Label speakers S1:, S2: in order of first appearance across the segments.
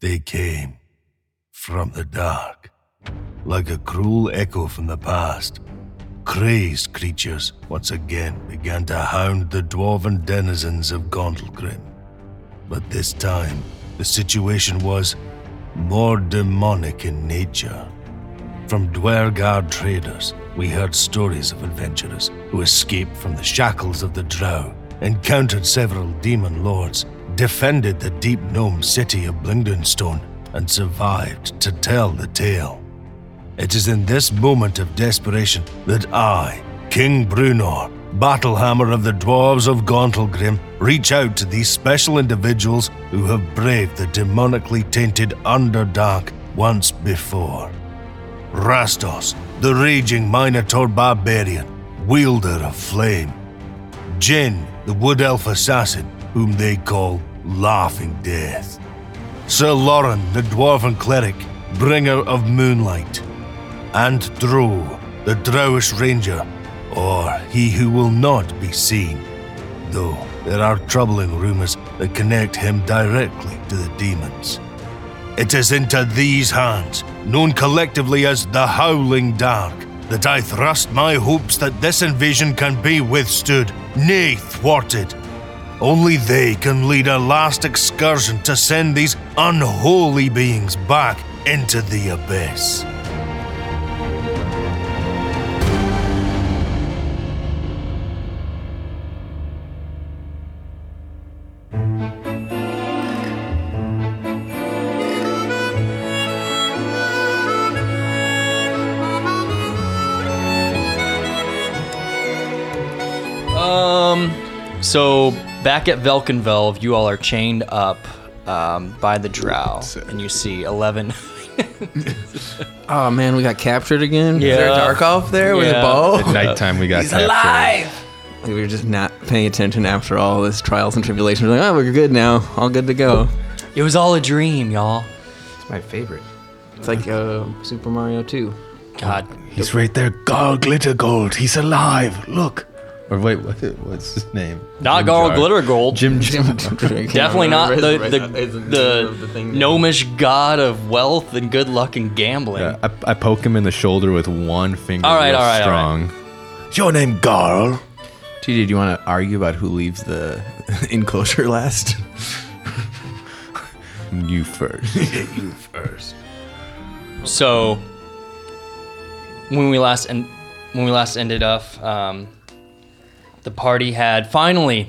S1: They came from the dark, like a cruel echo from the past. Crazed creatures once again began to hound the dwarven denizens of Gauntlegrim. But this time, the situation was more demonic in nature. From Dwergar traders, we heard stories of adventurers who escaped from the shackles of the Drow, encountered several demon lords, defended the deep gnome city of Blingdenstone, and survived to tell the tale. It is in this moment of desperation that I, King Brunor, Battlehammer of the Dwarves of Gauntlegrim, reach out to these special individuals who have braved the demonically tainted Underdark once before. Rastos, the raging Minotaur barbarian, wielder of flame. Jin, the wood elf assassin, whom they call Laughing Death. Sir Lauren, the dwarven cleric, bringer of moonlight. And Dro, the drowish ranger, or he who will not be seen. Though there are troubling rumors that connect him directly to the demons. It is into these hands, known collectively as the Howling Dark, that I thrust my hopes that this invasion can be withstood, nay, thwarted. Only they can lead a last excursion to send these unholy beings back into the abyss.
S2: So back at Velkenvelve, you all are chained up um, by the Drow, and you see Eleven.
S3: Oh man, we got captured again.
S2: Yeah.
S3: Is there a Darkov there with
S2: Yeah.
S3: a bow?
S4: Nighttime, we got captured.
S3: We were just not paying attention after all this trials and tribulations. We're like, oh, we're good now. All good to go.
S2: It was all a dream, y'all.
S3: It's my favorite. It's like uh, Super Mario 2.
S2: God,
S5: He's right there. Gar Glitter Gold. He's alive. Look.
S4: Or wait, what, what's his name?
S2: not
S4: Jim
S2: Garl
S4: Jar-
S2: Glitter Gold.
S4: Jim. Jim.
S2: Definitely not the the, the,
S3: no.
S2: gnomish god of wealth and good luck and gambling.
S4: Uh, I, I poke him in the shoulder with one finger.
S2: All right,
S4: real
S2: all right, all
S4: strong.
S5: Is your name Garl?
S3: TJ, do you want to argue about who leaves the enclosure last?
S4: You first.
S5: You first.
S2: So when we last en- when we last ended off, um, the party had finally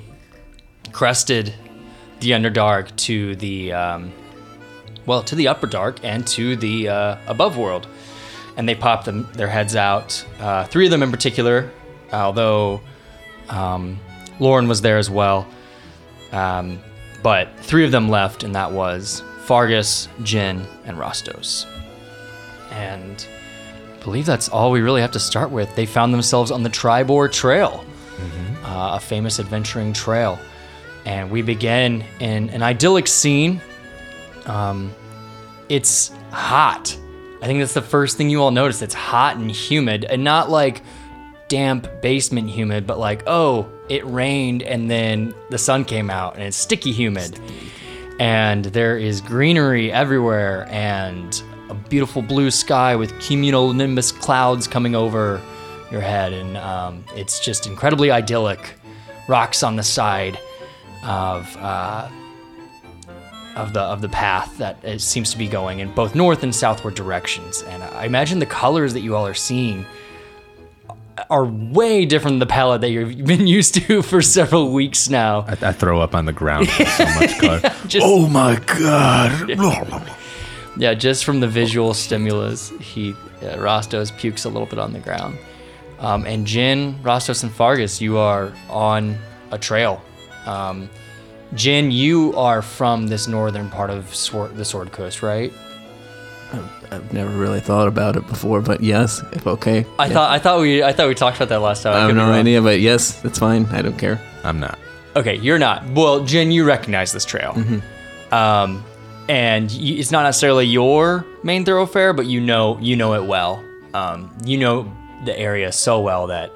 S2: crested the Underdark to the um, well to the Upper Dark and to the uh, Above World, and they popped them their heads out. Uh, three of them in particular, although um, Lauren was there as well. Um, but three of them left, and that was Fargus, Jin, and Rostos. And I believe that's all we really have to start with. They found themselves on the Tribor Trail, uh, a famous adventuring trail. And we begin in an idyllic scene. Um, it's hot. I think that's the first thing you all notice. It's hot and humid, and not like damp basement humid, but like, oh, it rained and then the sun came out and it's sticky humid. And there is greenery everywhere and a beautiful blue sky with cumulonimbus clouds coming over your head. And um, it's just incredibly idyllic. Rocks on the side of. Uh, of the of the path that it seems to be going in both north and southward directions, and I imagine the colors that you all are seeing are way different than the palette that you've been used to for several weeks now.
S4: I, I throw up on the ground. There's so much color.
S2: Just
S5: Oh my god.
S2: yeah, just from the visual stimulus, he uh, Rostos pukes a little bit on the ground. Um, and Jin, Rostos, and Fargus, you are on a trail. Um, Jin, you are from this northern part of Swor- the Sword Coast, right?
S3: I've never really thought about it before, but yes, if okay.
S2: I thought I thought we I thought we talked about that last time.
S3: I have
S2: could be
S3: no
S2: wrong.
S3: idea, but yes, it's fine. I don't care.
S4: I'm not.
S2: Okay, you're not. Well, Jen, you recognize this trail. Um, and y it's not necessarily your main thoroughfare, but you know you know it well. Um, you know the area so well that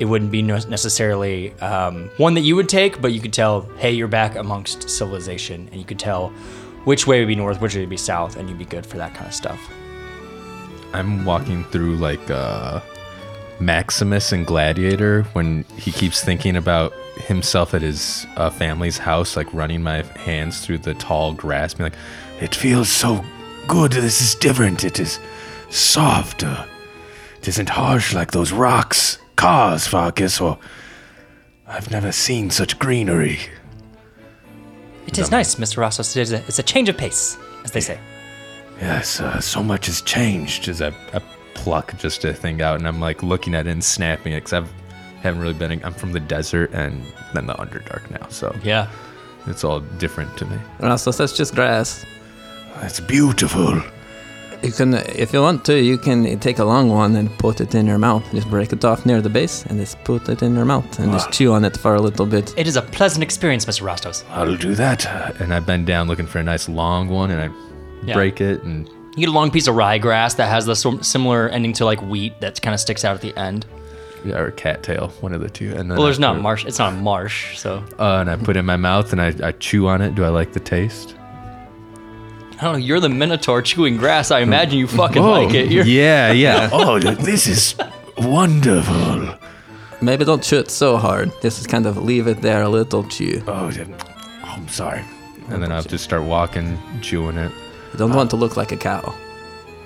S2: it wouldn't be no- necessarily um, one that you would take, but you could tell, hey, you're back amongst civilization, and you could tell which way would be north, which way would be south, and you'd be good for that kind of stuff.
S4: I'm walking through like uh, Maximus and Gladiator when he keeps thinking about himself at his uh, family's house, like running my hands through the tall grass, being like,
S5: It feels so good. This is different. It is
S4: Uh,
S5: softer. It isn't harsh like those rocks, cars, Farkas, or. I've never seen such greenery.
S2: It is nice, Mr. Rossos. It is a, it's a change of pace, as they say.
S5: Yes, uh, so much has changed.
S4: just a, a pluck just a thing out, and I'm like looking at it and snapping it because I've haven't really been. I'm from the desert and then the Underdark now, so
S2: Yeah.
S4: it's all different to me.
S3: Rastos, that's just grass.
S5: It's beautiful.
S3: You can, if you want to, you can take a long one and put it in your mouth. Just break it off near the base and just put it in your mouth and just chew on it for a little bit.
S2: It is a pleasant experience, Mr. Rostos.
S5: I'll do that.
S4: Uh, And I bend down looking for a nice long one, and I
S2: Yeah.
S4: break it and
S2: You get a long piece of ryegrass that has the sim- similar ending to like wheat that kind of sticks out at the end.
S4: yeah, or cattail, one of the two. And then
S2: Well, there's
S4: I
S2: not
S4: put-
S2: marsh. It's not a marsh, so
S4: Uh, and I put it in my mouth and I, I chew on it. Do I like the taste?
S2: I don't know. You're the Minotaur chewing grass. I imagine you fucking like it. You're,
S4: yeah, yeah.
S5: Oh, this is wonderful.
S3: Maybe don't chew it so hard. Just kind of leave it there a little chew.
S5: Oh, then- I'm sorry.
S4: and then I'll just start walking, chewing it
S3: You don't want to look like a cow.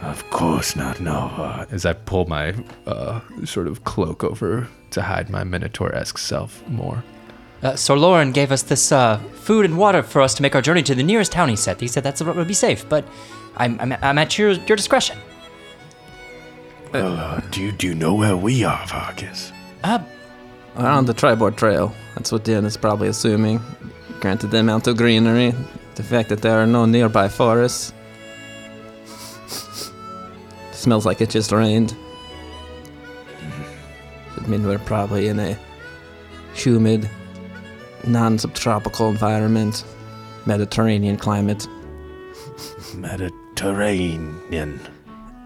S5: Of course not. No. Uh,
S4: as I pull my uh, sort of cloak over to hide my minotaur-esque self more.
S2: Uh, Sir Lauren gave us this uh, food and water for us to make our journey to the nearest town. He said he said that's what would be safe, but I'm, I'm, I'm at your your discretion.
S5: uh, do you do you know where we are, Vargas?
S2: Uh,
S3: Around the Tribord Trail. That's what Dion is probably assuming. Granted, the amount of greenery, the fact that there are no nearby forests. Smells like it just rained. Should mean we're probably in a humid, non subtropical environment, Mediterranean climate.
S5: Mediterranean.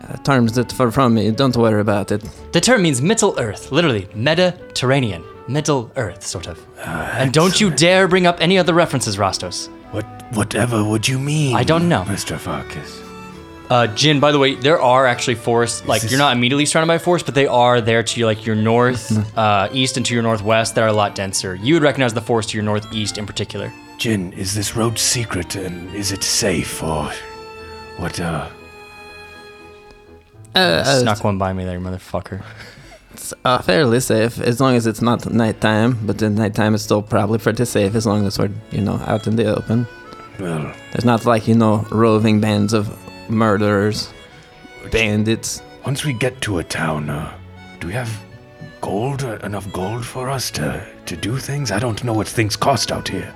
S3: Uh, terms that are from me, don't worry about it.
S2: the term means Middle Earth, literally Mediterranean, Middle Earth, sort of. and don't you dare bring up any other references, Rostos.
S5: Uh, What? Whatever would you mean?
S2: I don't know.
S5: Mr. Farkas.
S2: Uh, Jin, by the way, there are actually forests. Like
S5: this-
S2: you're not immediately surrounded by forests, but they are there to like your north,
S3: Mm-hmm.
S2: uh, east, and to your northwest. They're a lot denser. You would recognize the forest to your northeast in particular.
S5: Jin, is this road secret and is it safe or what? Uh,
S2: Snuck one by me there, motherfucker.
S3: Uh, fairly safe, as long as it's not nighttime. But in nighttime, it's still probably pretty safe as long as we're, you know, out in the open.
S5: well,
S3: There's not like, you know, roving bands of murderers, bandits.
S5: once we get to a town, uh, do we have gold? Uh, enough gold for us to to do things? I don't know what things cost out here.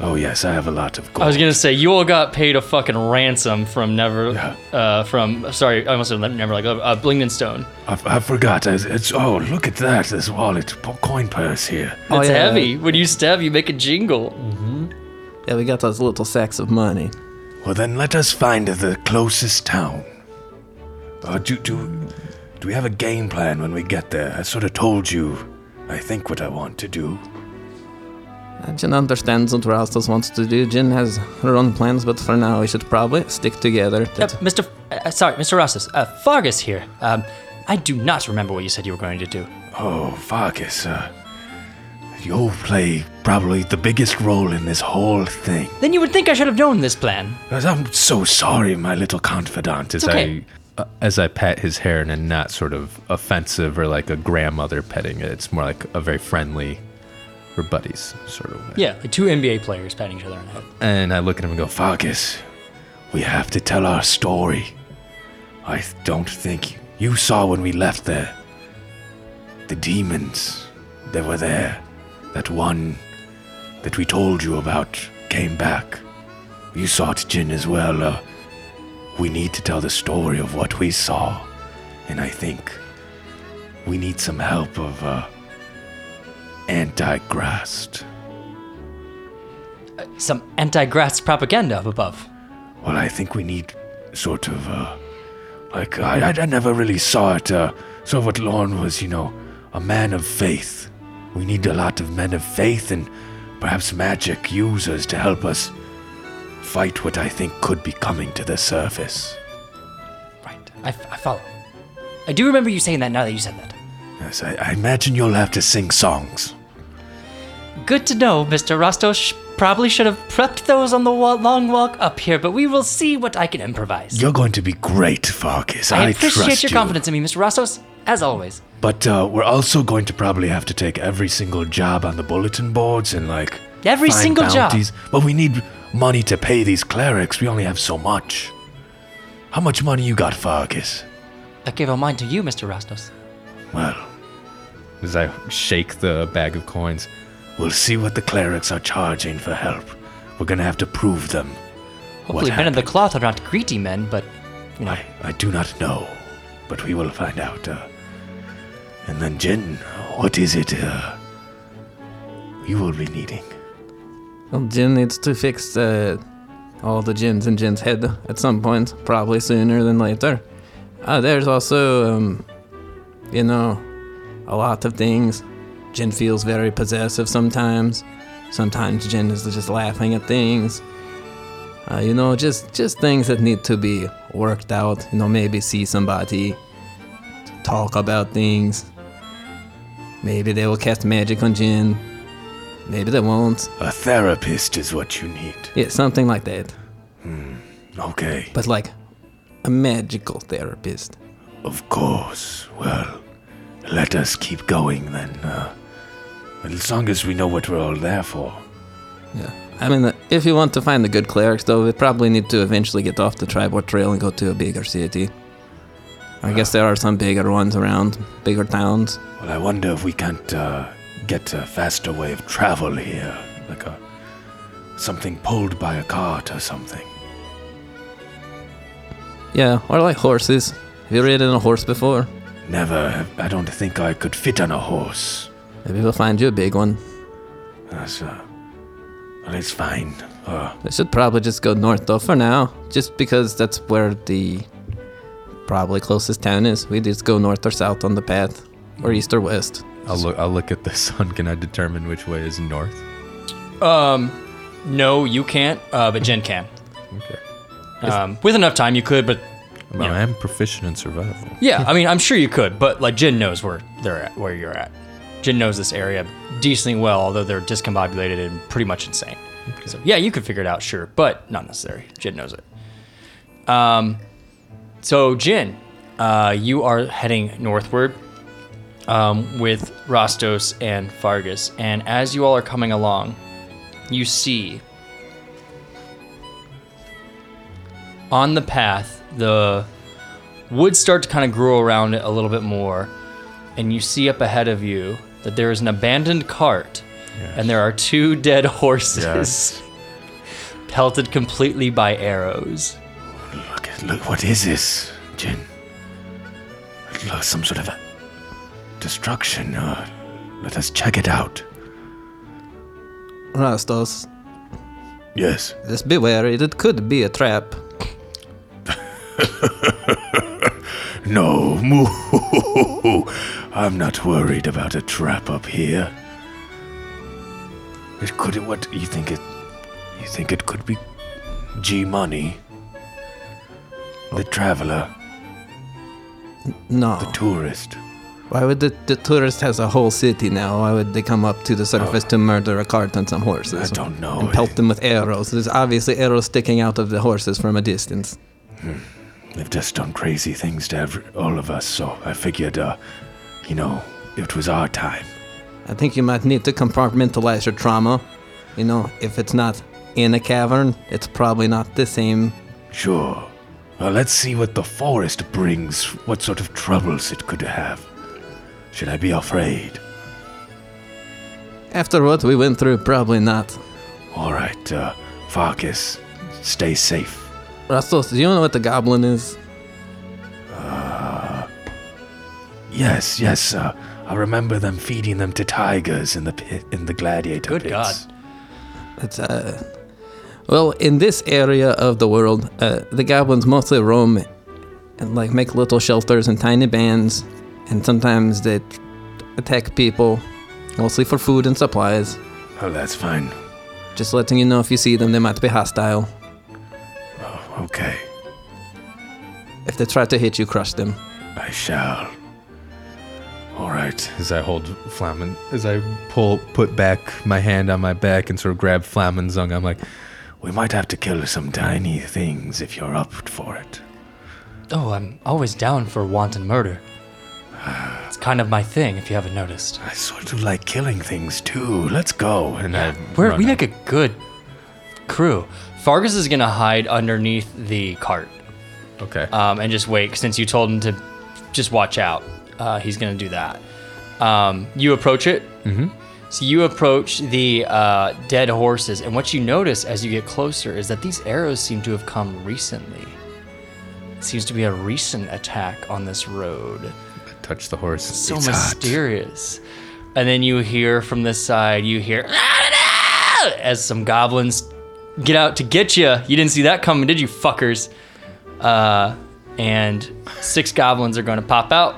S5: Oh yes, I have a lot of
S2: I
S5: gold.
S2: was gonna say you all got paid a fucking ransom from Never,
S5: Yeah.
S2: uh, from sorry, I almost said Never like uh, Blingden Stone.
S5: I, I forgot. It's, it's oh, look at that! This wallet, po- coin purse here.
S3: Oh,
S2: it's
S3: yeah.
S2: heavy. When you stab, you make a jingle.
S3: Yeah, we got those little sacks of money.
S5: Well, then let us find the closest town. Uh, do, do, do we have a game plan when we get there? I sort of told you, I think, what I want to do.
S3: Uh, Jin understands what Rastos wants to do. Jin has her own plans, but for now, we should probably stick together.
S2: Yep,
S3: That's-
S2: Mr. F- uh, sorry, Mr. Rosses. Uh, Fargus here. Um, I do not remember what you said you were going to do.
S5: Oh, Vargas, uh, you'll play probably the biggest role in this whole thing.
S2: Then you would think I should have known this plan.
S5: I'm so sorry, my little confidant.
S4: As
S5: Is
S2: It's okay.
S4: I uh, as I pat his hair in a not sort of offensive or like a grandmother petting it. It's more like a very friendly, we're buddies sort of way.
S2: Yeah, like two NBA players patting each other on the head.
S4: And I look at him and go, "Fuck."
S5: Vargas, we have to tell our story. I th- don't think you saw when we left there. The demons that were there, that one that we told you about, came back. You saw it, Jin, as well. Uh, we need to tell the story of what we saw, and I think we need some help of uh, Antigrast.
S2: Some anti-grass propaganda up above.
S5: Well, I think we need sort of, uh, like, I, I, I never really saw it. Uh, sort of what Lorne was, you know, a man of faith. We need a lot of men of faith and perhaps magic users to help us fight what I think could be coming to the surface.
S6: Right. I, f- I follow. I do remember you saying that now that you said that.
S5: Yes, I, I imagine you'll have to sing songs.
S6: Good to know, Mr. Rastosh. Probably should have prepped those on the wa- long walk up here, but we will see what I can improvise.
S5: You're going to be great, Farkas. I,
S6: I appreciate
S5: trust
S6: your
S5: you.
S6: confidence in me, Mr. Rastos, as always.
S5: But uh, we're also going to probably have to take every single job on the bulletin boards and like
S6: Every
S5: find
S6: single job.
S5: bounties. But we need money to pay these clerics. We only have so much. How much money you got, Farkas?
S6: I gave all mine to you, Mr. Rastos.
S5: Well,
S4: As I shake the bag of coins,
S5: we'll see what the clerics are charging for help. We're gonna have to prove them.
S6: Hopefully, men of the
S5: happened?
S6: cloth are not greedy men, but you know,
S5: I, I do not know, but we will find out. Uh, and then, Jin, what is it uh, you will be needing?
S3: Well, Jin needs to fix uh, all the gins in Jin's head at some point, probably sooner than later. Uh, there's also, um, you know, a lot of things. Jin feels very possessive sometimes. Sometimes Jin is just laughing at things. Uh, you know, just just things that need to be worked out. You know, maybe see somebody, talk about things. Maybe they will cast magic on Jin. Maybe they won't.
S5: A therapist is what you need.
S3: Yeah, something like that.
S5: Okay,
S3: But like a magical therapist.
S5: of course. Well, let us keep going then. Uh, as long as we know what we're all there for.
S3: Yeah. I mean, uh, if you want to find the good clerics, though, we probably need to eventually get off the Tribord Trail and go to a bigger city. I guess there are some bigger ones around, bigger towns.
S5: Well, I wonder if we can't uh, get a faster way of travel here, like a something pulled by a cart or something.
S3: Yeah, or like horses. Have you ridden a horse before?
S5: Never. I don't think I could fit on a horse.
S3: Maybe we'll find you a big one.
S5: That's uh, well, it's fine. Uh,
S3: We should probably just go north, though, for now. Just because that's where the probably closest town is. We just go north or south on the path, or east or west.
S4: I'll look. I'll look at the sun. Can I determine which way is north?
S2: Um, no, you can't, uh, but Jen can.
S4: Okay.
S2: Um, with enough time, you could, but
S4: Well, I am proficient in survival.
S2: yeah, I mean, I'm sure you could, but like Jin knows where they're at, where you're at. Jin knows this area decently well, although they're discombobulated and pretty much insane. So yeah, you could figure it out, sure, but not necessary. Jin knows it. Um, so Jin, uh, you are heading northward um, with Rostos and Fargus, and as you all are coming along, you see on the path the woods start to kind of grow around it a little bit more, and you see up ahead of you that there is an abandoned cart, and there are two dead horses pelted completely by arrows.
S5: look, at- look. What is this, Jin? It looks some sort of a destruction. Uh, let us check it out.
S3: Rastos,
S5: Yes.
S3: Just be wary, it could be a trap.
S5: No, moo. I'm not worried about a trap up here. It could. What you think it? You think it could be G Money, the traveler,
S3: No.
S5: the tourist.
S3: Why would the, the tourist has a whole city now? Why would they come up to the surface to murder a cart and some horses?
S5: I don't know.
S3: And pelt them with arrows. There's obviously arrows sticking out of the horses from a distance.
S5: They've just done crazy things to every, all of us, so I figured, uh, you know, it was our time.
S3: I think you might need to compartmentalize your trauma. You know, if it's not in a cavern, it's probably not the same.
S5: Sure. Well, let's see what the forest brings, what sort of troubles it could have. Should I be afraid?
S3: After what we went through, probably not.
S5: All right, uh, Farkas, stay safe.
S3: Rastos, do you know what the goblin is?
S5: Yes, yes, uh, I remember them feeding them to tigers in the pit, in the gladiator
S2: Good
S5: pits.
S3: It's uh, well, in this area of the world, uh, the goblins mostly roam and like make little shelters in tiny bands, and sometimes they t- attack people, mostly for food and supplies.
S5: Oh, that's fine.
S3: Just letting you know if you see them, they might be hostile.
S5: Okay,
S3: If they try to hit you, crush them.
S5: I shall. All right.
S4: As I hold Flamin, as I pull, put back my hand on my back and sort of grab Flamin's zung, I'm like,
S5: We might have to kill some tiny things if you're up for it.
S6: Oh, I'm always down for wanton murder. It's kind of my thing, if you haven't noticed.
S5: I sort of like killing things too. Let's go. And uh, I,
S2: We're,
S4: run
S2: we
S4: out.
S2: make a good crew. Fargus is gonna hide underneath the cart
S4: okay.
S2: um, and just wait. Since you told him to just watch out, uh, he's gonna do that. Um, you approach it. Mm-hmm. So you approach the uh, dead horses, and what you notice as you get closer is that these arrows seem to have come recently. Seems to be a recent attack on this road
S4: Touch the horse.
S2: so mysterious. And then you hear from this side, you hear as some goblins get out to get you. You didn't see that coming, did you, fuckers? Uh, and six goblins are going to pop out,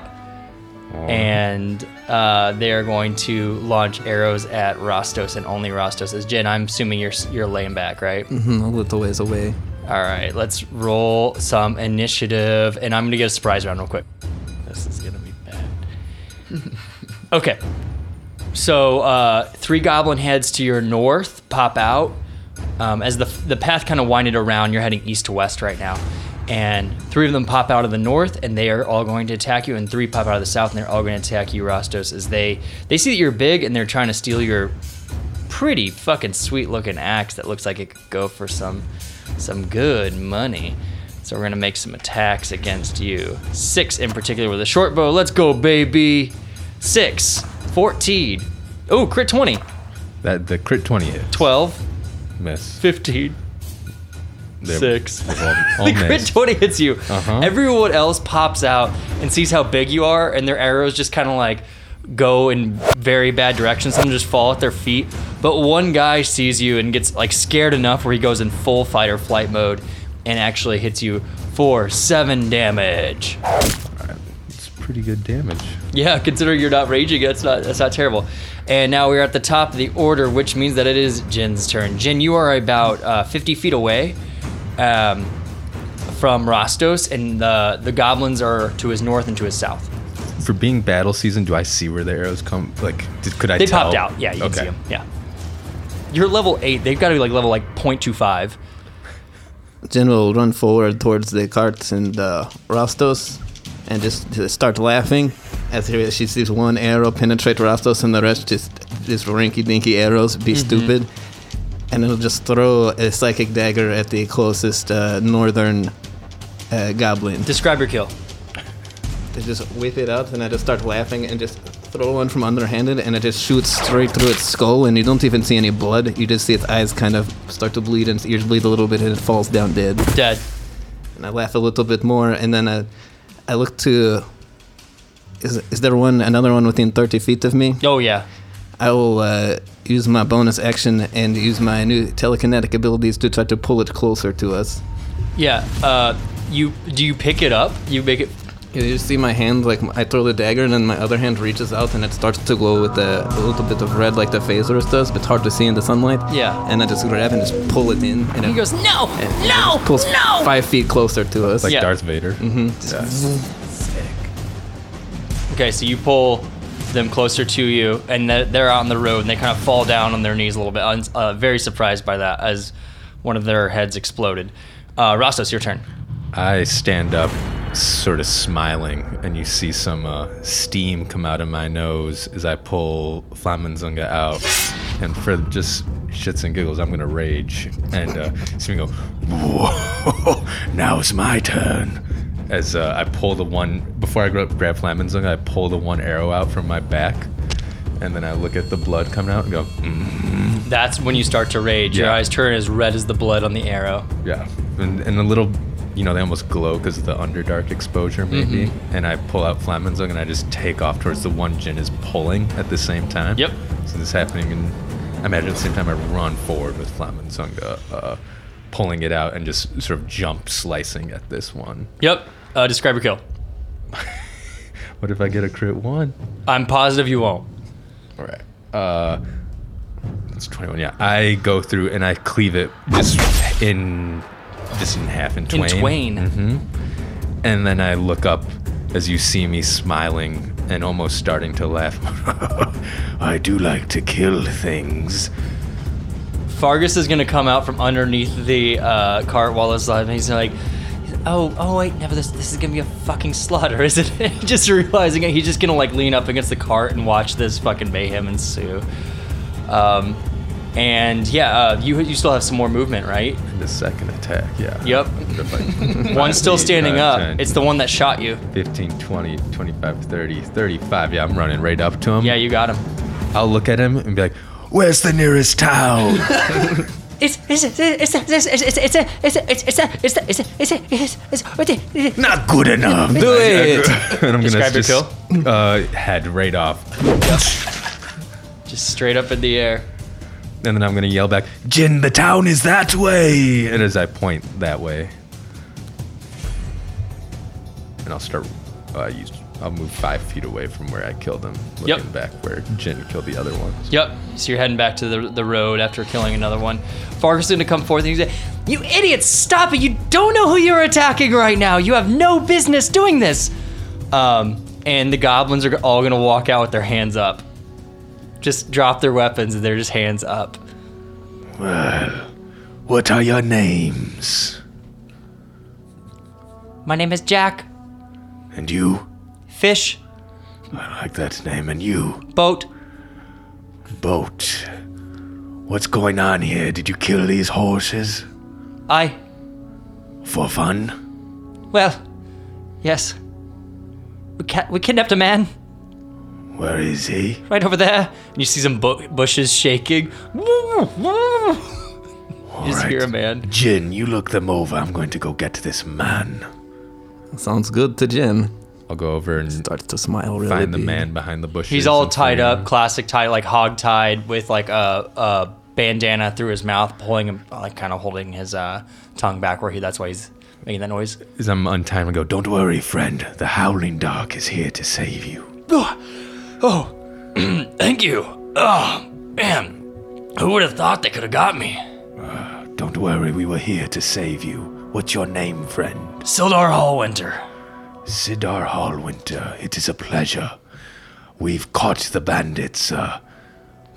S2: and uh, they are going to launch arrows at Rostos and only Rostos. As Jen, I'm assuming you're you're laying back, right?
S3: Hmm, a little ways away.
S2: All right, let's roll some initiative, and I'm gonna get a surprise round real quick. This is gonna be bad. okay, so uh, three goblin heads to your north pop out um, as the the path kind of winded around. You're heading east to west right now, and three of them pop out of the north, and they are all going to attack you. And three pop out of the south, and they're all going to attack you, Rostos, as they they see that you're big, and they're trying to steal your pretty fucking sweet looking axe that looks like it could go for some some good money. So we're gonna make some attacks against you. Six in particular with a short bow. Let's go, baby. Six. 14. Oh, crit 20.
S4: That the crit twenty hit.
S2: 12.
S4: Miss.
S2: 15.
S4: There-
S2: 6.
S4: All, all
S2: the crit
S4: miss.
S2: 20 hits you.
S4: Uh-huh.
S2: Everyone else pops out and sees how big you are, and their arrows just kind of like go in very bad directions. Some just fall at their feet. But one guy sees you and gets like scared enough where he goes in full fight or flight mode and actually hits you for seven damage.
S4: It's pretty good damage.
S2: Yeah, considering you're not raging, that's not that's not terrible. And now we're at the top of the order, which means that it is Jin's turn. Jin, you are about uh, 50 feet away um, from Rostos, and the the goblins are to his north and to his south.
S4: For being battle season, do I see where the arrows come? Like, did, could I?
S2: They
S4: tell?
S5: oh,
S2: popped out. Yeah, you can
S4: Okay.
S2: see them. Yeah. You're level eight. They've got to be like level like 0.25.
S3: Jin will run forward towards the carts and uh, Rostos and just, just start laughing as he- she sees one arrow penetrate Rostos and the rest just just rinky dinky arrows be stupid. And it'll just throw a psychic dagger at the closest uh, northern uh, goblin.
S2: Describe your kill.
S3: They just whip it out and I just start laughing and just throw one from underhanded and it just shoots straight through its skull and you don't even see any blood. You just see its eyes kind of start to bleed and its ears bleed a little bit and it falls down dead
S2: Dead.
S3: and I laugh a little bit more, and then I, I look to. Is, is there one another one within 30 feet of me?
S2: Oh yeah.
S3: I will uh, use my bonus action and use my new telekinetic abilities to try to pull it closer to us.
S2: Yeah. Uh, you do you pick it up? You make it
S3: You just see my hand like I throw the dagger, and then my other hand reaches out, and it starts to glow with a, a little bit of red, like the phasers does, but hard to see in the sunlight.
S2: Yeah.
S3: And I just grab and just pull it in, and
S2: He
S3: it
S2: goes, "No.
S3: and it
S2: No.
S3: pulls
S2: No."
S3: five feet closer to us.
S4: Like
S2: Yeah.
S4: Darth Vader. Mm-hmm.
S2: Okay, so you pull them closer to you, and they're- they're out on the road, and they kind of fall down on their knees a little bit. I'm uh, very surprised by that, as one of their heads exploded. Uh, Rostos, your turn.
S4: I stand up, sort of smiling, and you see some uh, steam come out of my nose as I pull Flamenzunga out. And for just shits and giggles, I'm gonna rage and uh, see me go
S5: Whoa, now's my turn.
S4: as uh, I pull the one before I grab, grab Flamenzunga. I pull the one arrow out from my back, and then I look at the blood coming out and go, mm,
S2: That's when you start to rage. Your
S4: Yeah.
S2: eyes turn as red as the blood on the arrow.
S4: yeah, and, and a little. You know, they almost glow because of the underdark exposure, maybe. And I pull out Flamenzung and I just take off towards the one Jin is pulling at the same time.
S2: Yep.
S4: So this is happening, and I imagine at the same time I run forward with Flamenzunga, uh, pulling it out and just sort of jump slicing at this one.
S2: Yep. Uh, describe your kill.
S4: What if I get a crit one?
S2: I'm positive you won't.
S4: All right. Uh, that's 21. Yeah. I go through and I cleave it just in just in half in
S2: in
S4: twain. Mm-hmm.
S2: Twain.
S4: And then I look up as you see me smiling and almost starting to laugh.
S5: I do like to kill things.
S2: Fargus is gonna come out from underneath the uh, cart while it's live, and he's like, "Oh, oh wait, never. This, this is gonna be a fucking slaughter, isn't it?" just realizing it, he's just gonna like lean up against the cart and watch this fucking mayhem ensue. Um, and yeah, uh, you you still have some more movement, right?
S4: the second attack, yeah.
S2: Yep. One's still
S4: uh,
S2: standing up. It's the one that shot you.
S4: 15, 20, 25, 30, 35. Yeah, I'm running right up to him.
S2: Yeah, you got him.
S4: I'll look at him and be like,
S5: Where's the nearest town?
S6: It's it's it's it's it's it's it's it's it's it's it's it's it's it's it's it's it's
S5: Not good enough.
S3: Do it!
S4: and I'm
S2: Describe your
S4: gonna just uh, head right off,
S2: Just straight up in the air.
S4: and then I'm gonna yell back.
S5: Jin, the town is that way.
S4: And as I point that way, and I'll start. Uh, use, I'll move five feet away from where I killed him, looking
S2: Yep.
S4: back where Jin killed the other one.
S2: Yep. So you're heading back to the, the road after killing another one. Fargus is gonna come forth and he's like,
S6: You idiots, stop it. You don't know who you're attacking right now. You have no business doing this.
S2: um, and the goblins are all gonna walk out with their hands up. Just drop their weapons and they're just hands up.
S5: What are your names?
S6: My name is Jack.
S5: And you?
S2: Fish,
S5: I like that name. And you?
S2: boat.
S5: Boat. What's going on here? Did you kill these horses?
S2: I,
S5: For fun?
S2: well, yes.
S6: We, ca- we kidnapped a man
S5: Where is he?
S2: Right over there. And you see some bu- bushes shaking. You just hear a
S5: Alright.
S2: man.
S5: Jin, you look them over. I'm going to go get this man.
S3: Sounds good to Jin.
S4: I'll go over and
S3: Starts to smile really
S4: find the
S3: big.
S4: man behind the bushes.
S2: He's all
S4: and
S2: tied
S4: free
S2: up,
S4: him.
S2: classic tie, like hog tied with like a, a bandana through his mouth, pulling him, like kind of holding his uh, tongue back where he, that's why he's making that noise.
S4: As I'm untying him, I go, "Don't."
S5: Don't worry, friend. The Howling Dark is here to save you.
S2: Thank you. Oh, man. Who would have thought they could have got me?
S5: Don't worry, we were here to save you. What's your name, friend?
S2: Sildar Hallwinter.
S5: Sidar Hallwinter. It is a pleasure. We've caught the bandits, uh.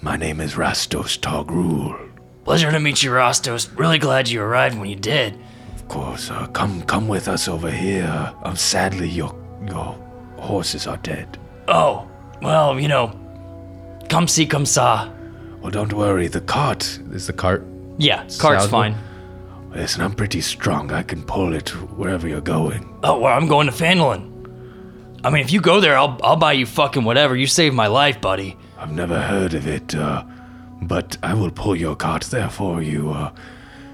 S5: My name is Rastos Togrul.
S2: Pleasure to meet you, Rostos. Really glad you arrived when you did.
S5: Of course, uh, come come with us over here. Um, sadly, your your horses are dead.
S2: Oh, well, you know, come see, come saw.
S5: Well, don't worry, the cart
S4: Is the cart?
S2: Yeah, cart's
S4: Sounds-
S2: fine.
S5: Listen, I'm pretty strong. I can pull it wherever you're going.
S2: Oh, well, I'm going to Fandolin. I mean, if you go there, I'll, I'll buy you fucking whatever. You saved my life, buddy.
S5: I've never heard of it, uh, but I will pull your cart there for you. Uh,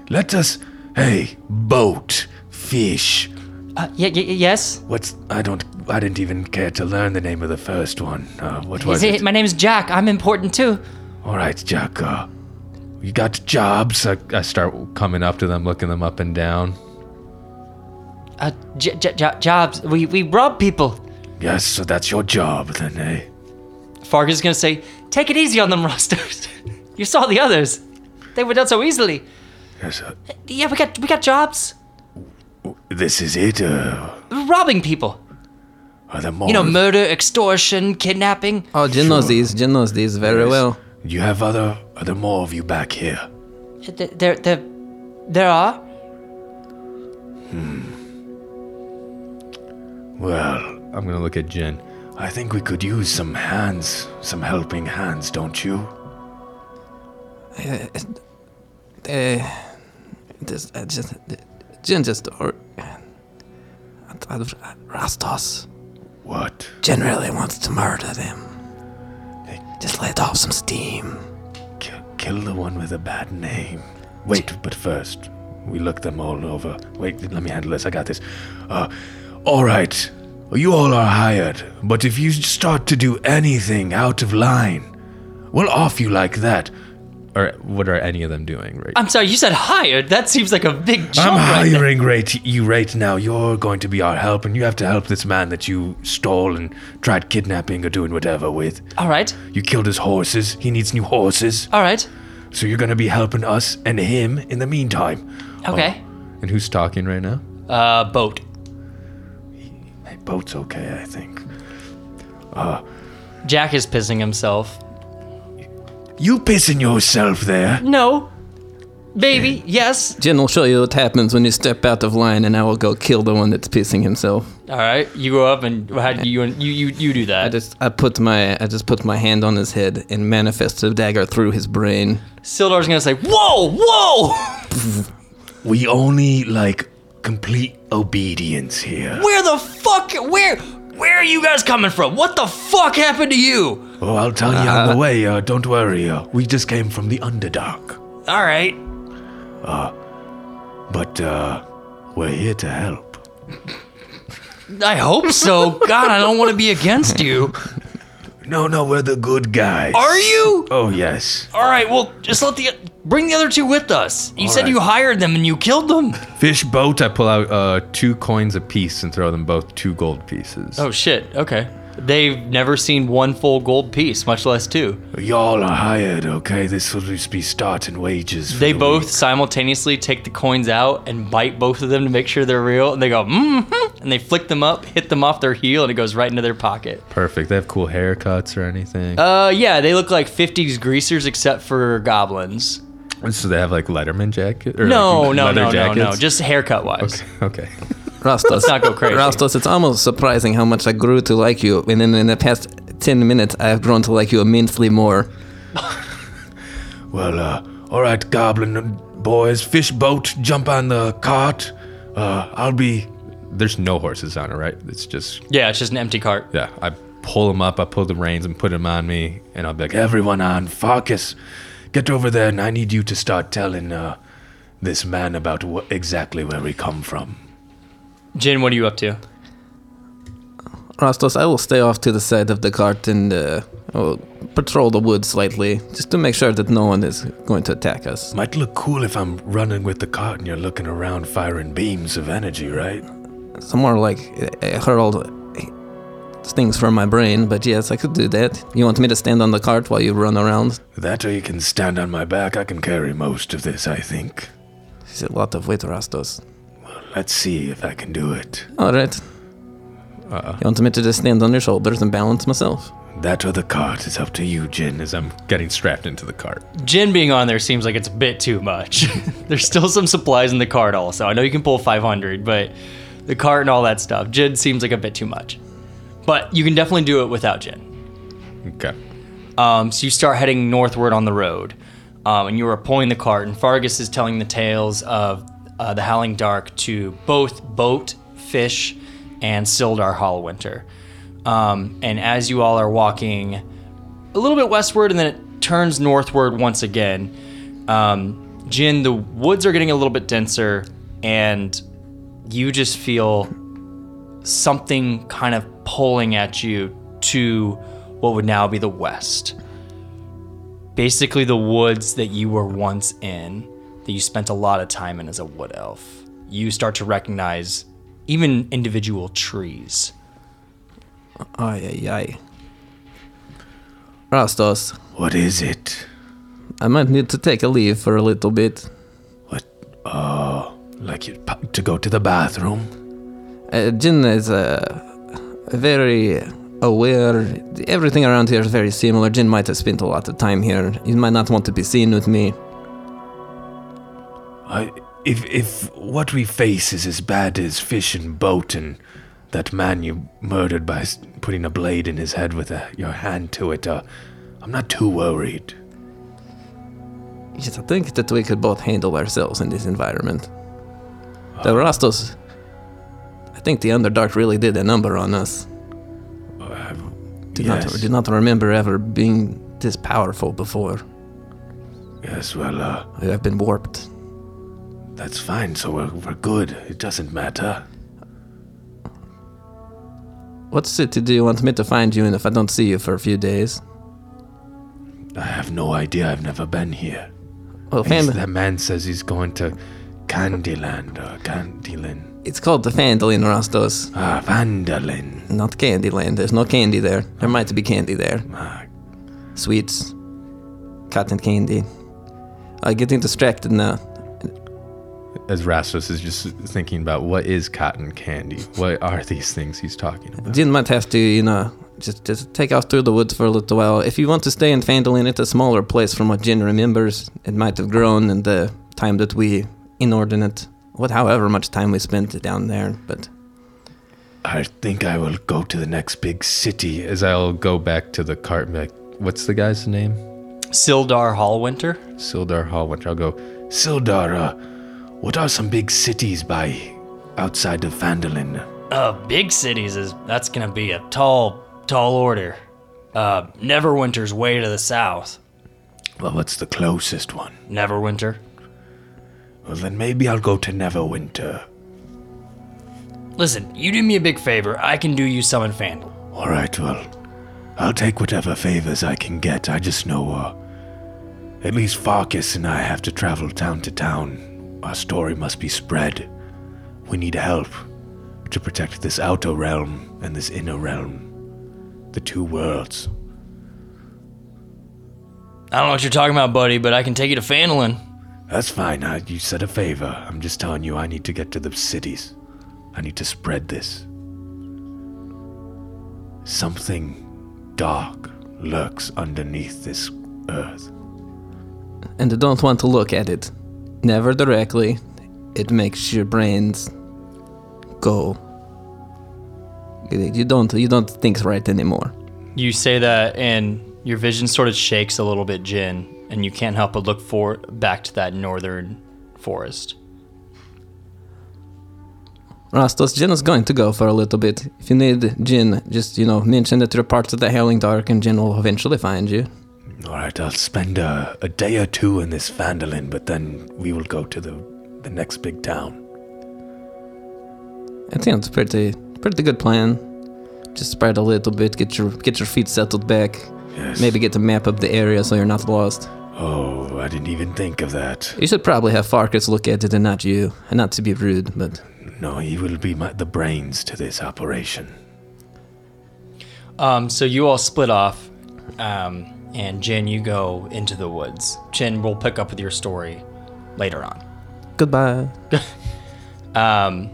S5: let us. Hey, boat, fish.
S6: Uh, yeah, yeah, yes.
S5: What's. I don't. I didn't even care to learn the name of the first one. Uh, what was
S6: Is it,
S5: it?
S6: my name is Jack. I'm important too.
S5: All right, Jack. Uh, you got jobs?
S4: So I, I start coming up to them, looking them up and down.
S6: Uh, j- j- j- jobs. We we rob people.
S5: Yes, so that's your job then, eh?
S2: Fargus is going to say,
S6: Take it easy on them, Rostos. you saw the others. They were done so easily.
S5: Yes, uh,
S6: Yeah, we got we got jobs.
S5: this is it. Uh,
S6: Robbing people.
S5: are there more?
S6: You know, murder, extortion, kidnapping.
S3: Oh, Jin knows these. Jin knows these very well.
S5: you have other. Are there more of you back here?
S6: Th- There, there, there are.
S5: Well,
S4: I'm gonna look at Jin.
S5: I think we could use some hands, some helping hands, don't you?
S3: Uh, this, uh, Eh, just, uh, Jin just. Or, uh, Rastos
S5: What?
S3: generally wants to murder them. Just let off some steam.
S5: Kill, kill the one with a bad name. Wait, but first, we look them all over. Wait, let me handle this. I got this. Uh, all right. You all are hired, but if you start to do anything out of line, we'll off you like that.
S4: Or what are any of them doing right?
S2: I'm sorry, you said hired? That seems like a big jump.
S5: I'm
S2: right there.
S5: hiring right, you right now. You're going to be our help, and you have to help this man that you stole and tried kidnapping or doing whatever with.
S6: All right,
S5: You killed his horses. He needs new horses.
S6: all right,
S5: So you're gonna be helping us and him in the meantime.
S6: okay.
S4: And who's talking right now?
S2: Oh. Uh, boat.
S5: My boat's okay, I think.
S2: Jack is pissing himself.
S5: You pissing yourself there?
S2: No. Baby, yes.
S3: Jin will show you what happens when you step out of line, and I will go kill the one that's pissing himself.
S2: All right, you go up and how do you you you, you do
S3: I
S2: that?
S3: just I put my I just put my hand on his head and manifest a dagger through his brain.
S2: Sildar's gonna say, "Whoa, whoa!
S5: We only like complete obedience here.
S2: Where the fuck? Where? Where are you guys coming from? What the fuck happened to you?
S5: Oh, I'll tell you on the way. Uh, don't worry. Uh, we just came from the Underdark,
S2: All right,
S5: but uh, we're here to help.
S2: I hope so. God, I don't want to be against you.
S5: No, no, we're the good guys.
S2: Are you?
S5: Oh yes.
S2: All right, well, just let the bring the other two with us. You said
S5: right.
S2: you hired them and you killed them.
S4: Fish boat. I pull out uh, two coins apiece and throw them both two gold pieces.
S2: Oh shit. Okay. They've never seen one full gold piece, much less two.
S5: Y'all are hired, okay? This will just be starting wages. For
S2: They
S5: the
S2: both
S5: week.
S2: simultaneously take the coins out and bite both of them to make sure they're real, and they go, mm-hmm, and they flick them up, hit them off their heel, and it goes right into their pocket.
S4: Perfect. They have cool haircuts or anything.
S2: Uh, yeah, they look like 50s greasers except for goblins.
S4: so they have like Letterman jacket. Or, like,
S2: No, no,
S4: leather
S2: no, no, no,
S4: jackets?
S2: just haircut wise.
S4: okay.
S3: Rastas, Let's
S2: not go crazy.
S3: Rastas, it's almost surprising how much I grew to like you, and in, in the past ten minutes, I have grown to like you immensely more.
S5: Well, uh, all right, goblin boys, fish boat, jump on the cart. Uh, I'll be.
S4: There's no horses on it, right? It's just
S2: Yeah, it's just an empty cart.
S4: yeah. I pull them up. I pull the reins and put them on me, and I'll be like,
S5: Everyone on Farkas, get over there, and I need you to start telling uh, this man about wh- exactly where we come from.
S2: Jin, what are you up to?
S3: Rastos, I will stay off to the side of the cart and uh, I will patrol the woods slightly, just to make sure that no one is going to attack us.
S5: Might look cool if I'm running with the cart and you're looking around firing beams of energy, right?
S3: Some more like I I hurled eh, things from my brain, but yes, I could do that. You want me to stand on the cart while you run around?
S5: That or you can stand on my back. I can carry most of this, I think.
S3: It's a lot of weight, Rastos.
S5: Let's see if I can do it.
S3: All right. You want me to just stand on your shoulders and balance myself?
S5: That or the cart is up to you, Jin.
S4: as I'm getting strapped into the cart.
S2: Jin being on there seems like it's a bit too much. There's still some supplies in the cart, also. I know you can pull 500, but the cart and all that stuff, Jin seems like a bit too much. But you can definitely do it without Jin.
S4: Okay.
S2: Um, so you start heading northward on the road, um, and you are pulling the cart, and Fargus is telling the tales of uh, the Howling Dark to both Boat, Fish, and Sildar Hollowinter. Um, and as you all are walking a little bit westward, and then it turns northward once again, um, Jin, the woods are getting a little bit denser, and you just feel something kind of pulling at you to what would now be the west. Basically, the woods that you were once in, that you spent a lot of time in as a wood elf. You start to recognize even individual trees.
S3: Ay, ay, ay. Rastos,
S5: What is it?
S3: I might need to take a leave for a little bit.
S5: What? Oh, like you pa- to go to the bathroom?
S3: Uh, Jin is uh, very aware. Everything around here is very similar. Jin might have spent a lot of time here. He might not want to be seen with me.
S5: I, if if what we face is as bad as fish and boat and that man you murdered by s- putting a blade in his head with a, your hand to it, uh, I'm not too worried.
S3: Yes, I think that we could both handle ourselves in this environment. The Rastos. I think the Underdark really did a number on us. Do not,
S5: Yes.
S3: do not remember ever being this powerful before.
S5: Yes, well, uh,
S3: I've been warped.
S5: that's fine. So we're we're good. It doesn't matter.
S3: What city do you want me to find you in if I don't see you for a few days?
S5: I have no idea. I've never been here.
S3: Well,
S5: And he's-
S3: fam-
S5: that man says he's going to Candyland uh, or Candylin.
S3: it's called the Fandolin Rastos,
S5: Ah, Vandalin.
S3: not Candyland. There's no candy there. There might be candy there.
S5: Ah,
S3: Sweets, cotton candy. I'm getting distracted now.
S4: as Rastos is just thinking about what is cotton candy? What are these things he's talking about?
S3: Jin might have to, you know, just just take us through the woods for a little while. If you want to stay in Phandalin, it's a smaller place from what Jin remembers. It might have grown in the time that we inordinate, what however much time we spent down there. But
S5: I think I will go to the next big city.
S4: As I'll go back to the cart and be like, what's the guy's name?
S2: Sildar Hallwinter.
S4: Sildar Hallwinter. I'll go,
S5: Sildara, what are some big cities by outside of Vandalin?
S6: Uh, big cities is that's gonna be a tall, tall order. Uh, Neverwinter's way to the south.
S5: Well, what's the closest one?
S6: Neverwinter.
S5: Well, then maybe I'll go to Neverwinter.
S6: Listen, you do me a big favor. I can do you some in Fandle.
S5: All right, well, I'll take whatever favors I can get. I just know, uh, at least Farkas and I have to travel town to town. Our story must be spread. We need help to protect this outer realm and this inner realm. The two worlds.
S2: I don't know what you're talking about, buddy, but I can take you to Fandolin.
S5: That's fine. I, you said a favor. I'm just telling you, I need to get to the cities. I need to spread this. Something dark lurks underneath this earth.
S3: and I don't want to look at it, never directly. It makes your brains go. You don't you don't think right anymore.
S2: You say that, and your vision sort of shakes a little bit, Jin, and you can't help but look for back to that northern forest.
S3: Rastos, Jin is going to go for a little bit. If you need Jin, just, you know, mention that you're part of the Howling Dark and Jin will eventually find you.
S5: All right, I'll spend a, a day or two in this Vandalin, but then we will go to the, the next big town.
S3: I think it's pretty pretty good plan. Just spread a little bit, get your get your feet settled back.
S5: Yes.
S3: Maybe get to map up the area so you're not lost.
S5: Oh, I didn't even think of that.
S3: You should probably have Farkas look at it and not you. And not to be rude, but
S5: No, he will be my, the brains to this operation.
S2: Um, so you all split off, um, and Jin, you go into the woods. Jin, we'll pick up with your story later on.
S3: goodbye.
S2: Um,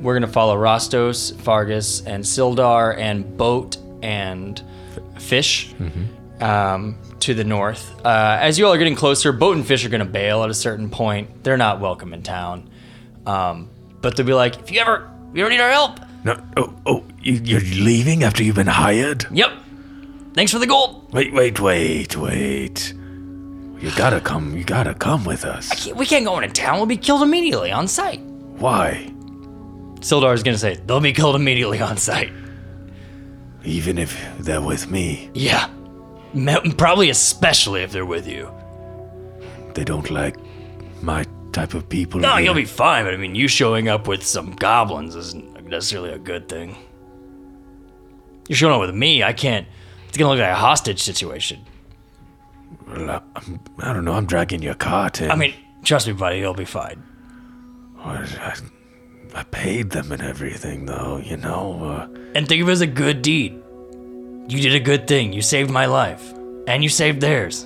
S2: we're gonna follow Rostos, Fargus, and Sildar, and Boat and Fish um, to the north. Uh, as you all are getting closer, Boat and Fish are gonna bail at a certain point. They're not welcome in town, um, but they'll be like, "If you ever, you ever need our help,
S5: No, oh, oh, you, you're leaving after you've been hired?
S2: yep. Thanks for the gold.
S5: Wait, wait, wait, wait. You gotta come, you gotta come with us.
S2: We can't go into town. We'll be killed immediately on sight."
S5: Why?
S2: Sildar is gonna say, "They'll be killed immediately on sight."
S5: Even if they're with me,
S2: Yeah, Me- probably especially if they're with you.
S5: they don't like my type of people.
S2: No,
S5: here.
S2: you'll be fine, but I mean, you showing up with some goblins isn't necessarily a good thing. You're showing up with me, I can't. It's gonna look like a hostage situation.
S5: Well, I- I'm, I don't know, I'm dragging your cart in.
S2: I mean, trust me, buddy, you'll be fine.
S5: I, I, I paid them and everything, though, you know? Uh,
S2: And think of it as a good deed. You did a good thing. You saved my life, and you saved theirs.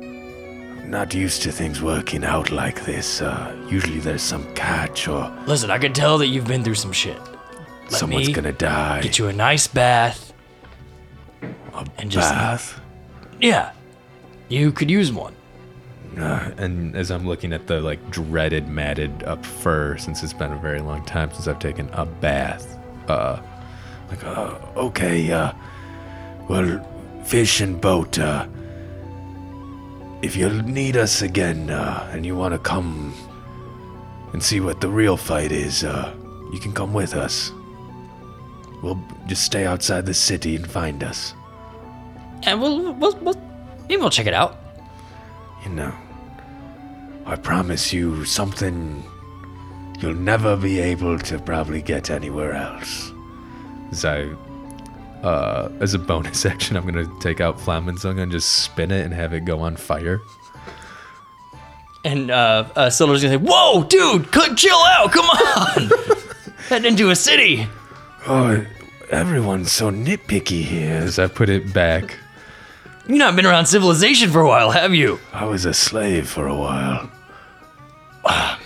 S5: I'm not used to things working out like this. Uh, usually there's some catch or
S2: Listen, I can tell that you've been through some shit. Let
S5: someone's
S2: me
S5: gonna die.
S2: get you a nice bath. and just
S5: Bath?
S2: yeah, you could use one.
S4: Uh, and as I'm looking at the like dreaded matted up fur, since it's been a very long time since I've taken a bath, uh,
S5: Like, uh, okay, uh, well, fish and boat, uh, if you need us again, uh, and you want to come and see what the real fight is, uh, you can come with us. We'll just stay outside the city and find us.
S2: And we'll we'll, we'll maybe we'll check it out.
S5: You know, I promise you something you'll never be able to probably get anywhere else.
S4: as I, uh, as a bonus action, I'm gonna take out Flamenzung and just spin it and have it go on fire.
S2: And uh, uh, Silver's gonna say, "Whoa, dude, could chill out. Come on, head into a city."
S5: Oh, everyone's so nitpicky here.
S4: As I put it back,
S2: You've not been around civilization for a while, have you?
S5: I was a slave for a while.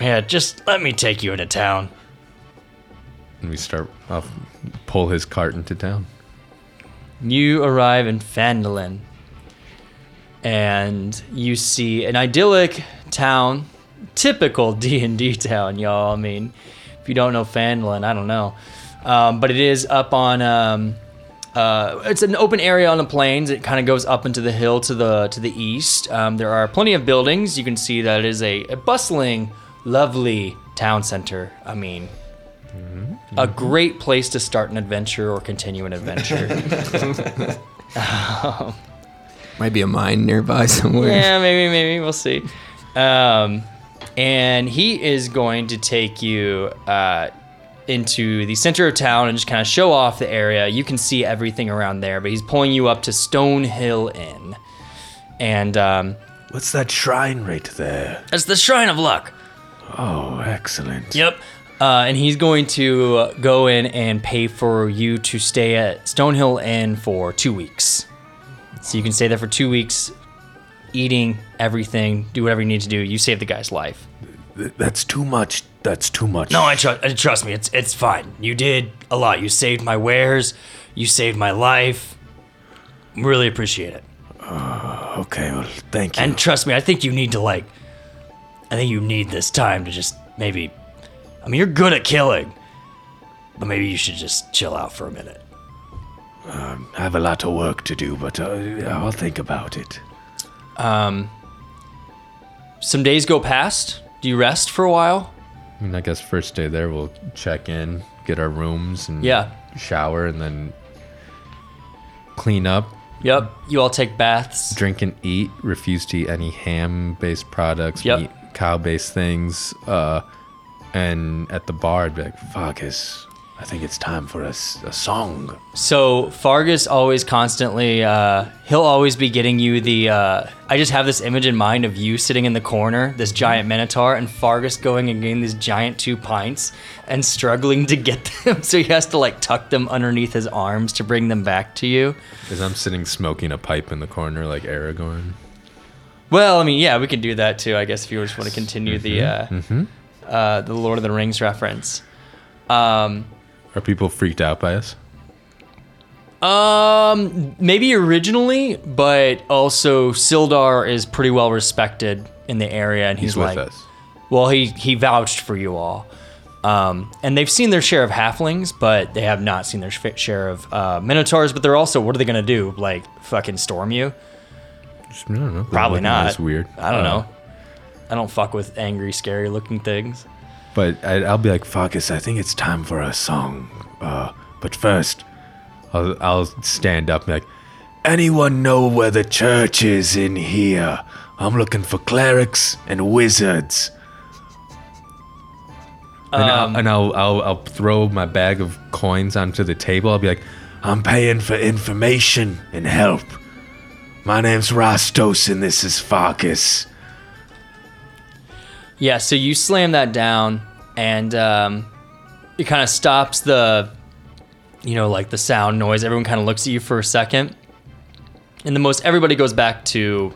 S2: Yeah, just let me take you into town.
S4: And we start off, pull his cart into town.
S2: You arrive in Fandolin, and you see an idyllic town, typical D and D town, y'all. I mean, if you don't know Fandolin, I don't know, um, but it is up on. Um, uh, it's an open area on the plains. It kind of goes up into the hill to the to the east. Um, there are plenty of buildings. You can see that it is a, a bustling, lovely town center. I mean, a great place to start an adventure or continue an adventure.
S3: Might be a mine nearby somewhere.
S2: Yeah, maybe, maybe we'll see. Um, and he is going to take you uh, into the center of town and just kind of show off the area. You can see everything around there, but he's pulling you up to Stone Hill Inn, and um,
S5: What's that shrine right there?
S2: that's the Shrine of Luck.
S5: Oh, excellent.
S2: Yep. Uh, and he's going to uh, go in and pay for you to stay at Stonehill Inn for two weeks. So you can stay there for two weeks, eating everything, do whatever you need to do. You save the guy's life.
S5: Th- That's too much. That's too much.
S2: No, I trust. Trust me, it's it's fine. You did a lot. You saved my wares. You saved my life. Really appreciate it.
S5: Okay, well, thank you.
S2: And trust me, I think you need to like. I think you need this time to just maybe. I mean, you're good at killing, but maybe you should just chill out for a minute.
S5: I have a lot of work to do, but uh, I'll think about it.
S2: Some days go past. Do you rest for a while?
S4: I mean, I guess first day there, we'll check in, get our rooms, and
S2: Yeah.
S4: shower, and then clean up,
S2: Yep. You all take baths.
S4: drink and eat. Refuse to eat any ham-based products,
S2: Yep.
S4: meat, cow-based things. Uh, and at the bar, I'd be like,
S5: Fargus, I think it's time for a, s- a song.
S2: So Fargus always constantly uh, he'll always be getting you the uh, I just have this image in mind of you sitting in the corner, this giant minotaur, and Fargus going and getting these giant two pints and struggling to get them, so he has to like tuck them underneath his arms to bring them back to you.
S4: as I'm sitting smoking a pipe in the corner like Aragorn.
S2: Well, I mean, yeah, we can do that too, I guess, if you just want to continue the uh,
S4: Mm-hmm,
S2: uh, the Lord of the Rings reference. Um,
S4: Are people freaked out by us?
S2: Um, maybe originally, but also Sildar is pretty well respected in the area, and he's,
S4: He's with
S2: like,
S4: us.
S2: well, he he vouched for you all, um, and they've seen their share of halflings, but they have not seen their sh- share of uh, minotaurs. But they're also, what are they gonna do? Like fucking storm you?
S4: Just, I don't know.
S2: Probably
S4: Looking at
S2: not.
S4: us weird.
S2: I don't
S4: Uh,
S2: know. I don't fuck with angry, scary looking things.
S4: But I, I'll be like,
S5: Fargus, I think it's time for a song. Uh, but first,
S4: I'll, I'll stand up and be like,
S5: anyone know where the church is in here? I'm looking for clerics and wizards.
S4: and, I'll, and I'll, I'll, I'll throw my bag of coins onto the table. I'll be like,
S5: I'm paying for information and help. My name's Rastos, and this is Fargus.
S2: Yeah, so you slam that down, and um, it kind of stops the, you know, like the sound noise. Everyone kind of looks at you for a second, and the most everybody goes back to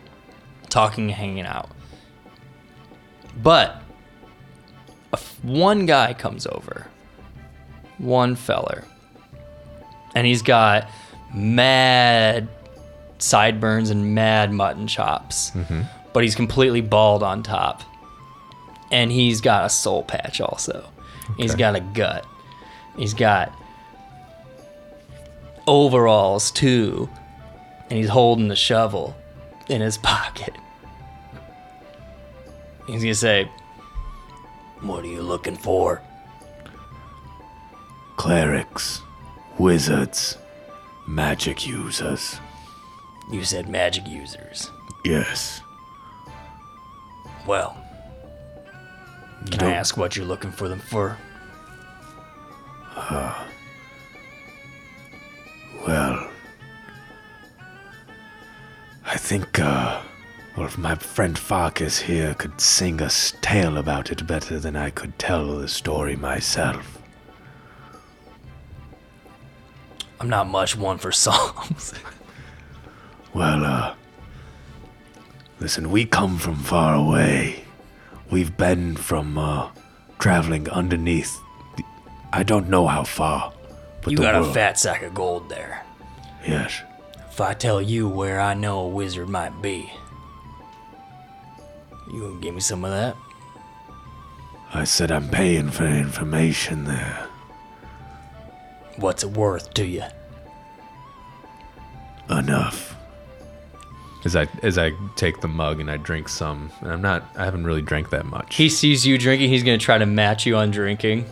S2: talking, hanging out. But a f- one guy comes over, one feller, and he's got mad sideburns and mad mutton chops, but he's completely bald on top and he's got a soul patch also. He's got a gut. He's got overalls too, and he's holding a shovel in his pocket. He's gonna say, "What are you looking for?"
S5: Clerics, wizards, magic users.
S2: You said magic users.
S5: Yes.
S2: Well, can I ask what you're looking for them for?
S5: Well, I think, uh, well, if my friend Farkas here could sing a s- tale about it better than I could tell the story myself.
S2: I'm not much one for songs.
S5: Well, uh, listen, we come from far away. we've been from uh, traveling underneath. the- I don't know how far. But
S2: You
S5: the
S2: got a
S5: world-
S2: fat sack of gold there.
S5: Yes.
S2: If I tell you where I know a wizard might be, you gonna give me some of that?
S5: I said I'm paying for information there.
S2: What's it worth to you?
S5: Enough.
S4: As I as I take the mug and I drink some, and I'm not I haven't really drank that much.
S7: He sees you drinking. He's gonna try to match you on drinking.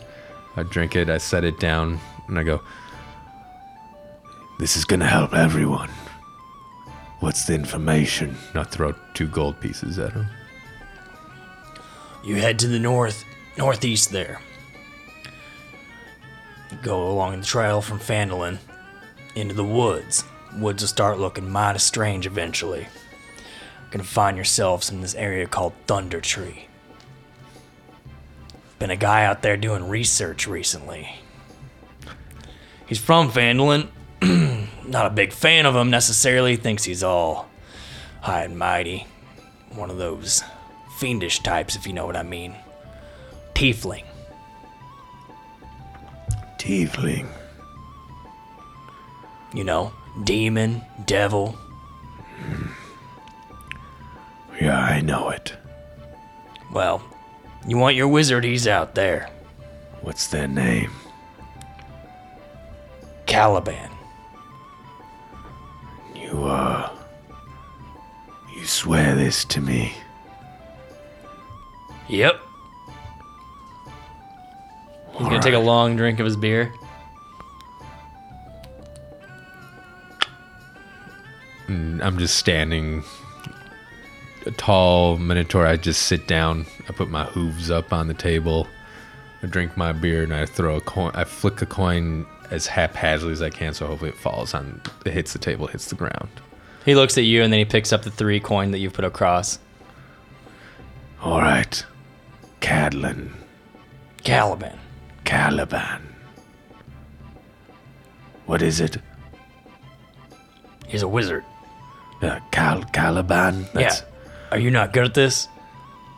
S4: I drink it, I set it down, and I go,
S5: This is gonna help everyone. What's the information?
S4: and I throw two gold pieces at him.
S2: You head to the north, northeast there. You go along the trail from Fandolin into the woods. Woods will start looking mighty strange eventually. You're gonna find yourselves in this area called Thunder Tree. Been a guy out there doing research recently. He's from Fandolin. Not a big fan of him necessarily. Thinks he's all high and mighty. One of those fiendish types, if you know what I mean. Tiefling.
S5: Tiefling.
S2: you know, demon, devil.
S5: Yeah, I know it.
S2: Well, you want your wizard, he's out there.
S5: What's their name?
S2: Caliban.
S5: You, uh. You swear this to me.
S2: Yep.
S7: He's gonna take a long drink of his beer.
S4: And I'm just standing a tall minotaur. I just sit down. I put my hooves up on the table. I drink my beer and I throw a coin. I flick a coin as haphazardly as I can, so hopefully it falls on, it hits the table, hits the ground.
S7: He looks at you and then he picks up the three coin that you put across.
S5: Alright. Cadlin.
S2: Caliban.
S5: Caliban. What is it?
S2: He's a wizard.
S5: Uh, Cal Caliban?
S2: yeah. Are you not good at this?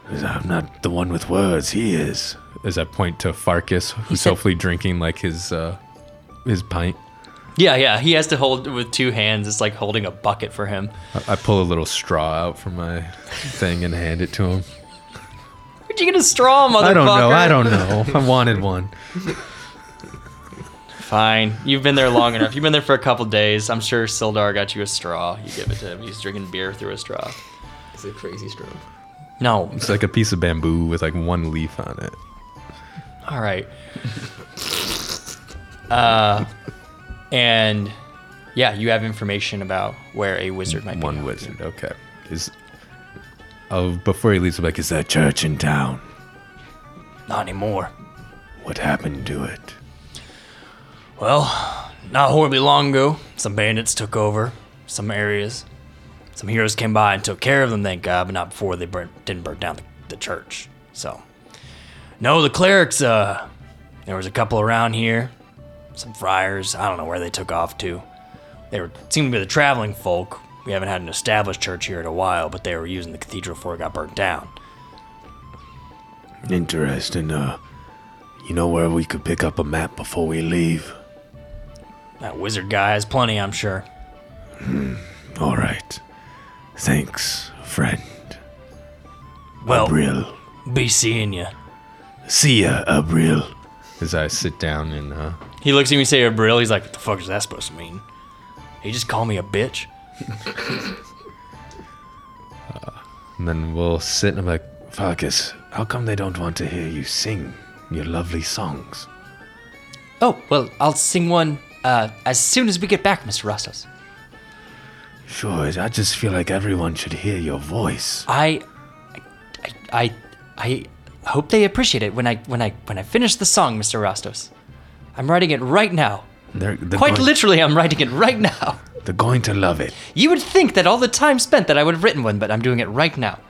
S5: I'm not the one with words. He is.
S4: As I point to Farkas, who's
S7: said-
S4: hopefully drinking like his uh, his pint.
S7: Yeah, yeah. He has to hold with two hands. It's like holding a bucket for him.
S4: I, I pull a little straw out from my thing and hand it to him.
S7: Where'd you get a straw, motherfucker?
S4: I don't know. I don't know. I wanted one.
S7: Fine. You've been there long enough. You've been there for a couple days. I'm sure Sildar got you a straw. You give it to him. He's drinking beer through a straw.
S8: It's a crazy straw.
S2: No.
S4: It's like a piece of bamboo with like one leaf on it.
S7: All right. Uh, and yeah, you have information about where a wizard might be.
S4: One wizard. Okay. Is oh before he leaves, I'm like, is
S5: Is there a church in town?
S2: Not anymore.
S5: What happened to it?
S2: Well, not horribly long ago, some bandits took over some areas. Some heroes came by and took care of them, thank God, but not before they burnt, didn't burn down the, the church. So, no, the clerics. Uh, there was a couple around here, some friars. I don't know where they took off to. They were seemed to be the traveling folk. We haven't had an established church here in a while, but they were using the cathedral before it got burnt down.
S5: Interesting. Uh, you know where we could pick up a map before we leave?
S2: That wizard guy has plenty, I'm sure.
S5: All right. Thanks, friend.
S2: Well,
S5: Abril.
S2: be seeing you.
S5: See ya, Abril.
S4: as I sit down and uh,
S7: He looks at you and say,
S2: Abril, he's like, what the fuck is that supposed to mean? He just called me a bitch.
S4: and then we'll sit and I'm like,
S5: Farkas, how come they don't want to hear you sing your lovely songs?
S7: "Oh, well, I'll sing one uh, as soon as we get back, Mr. Rostos."
S5: Sure, I just feel like everyone should hear your voice.
S7: I, I, I, I hope they appreciate it when I when I when I finish the song, Mr. Rostos. I'm writing it right now.
S5: They're, they're
S7: Quite
S5: going,
S7: literally, I'm writing it right now.
S5: They're going to love it.
S7: You would think that all the time spent that I would have written one, but I'm doing it right now.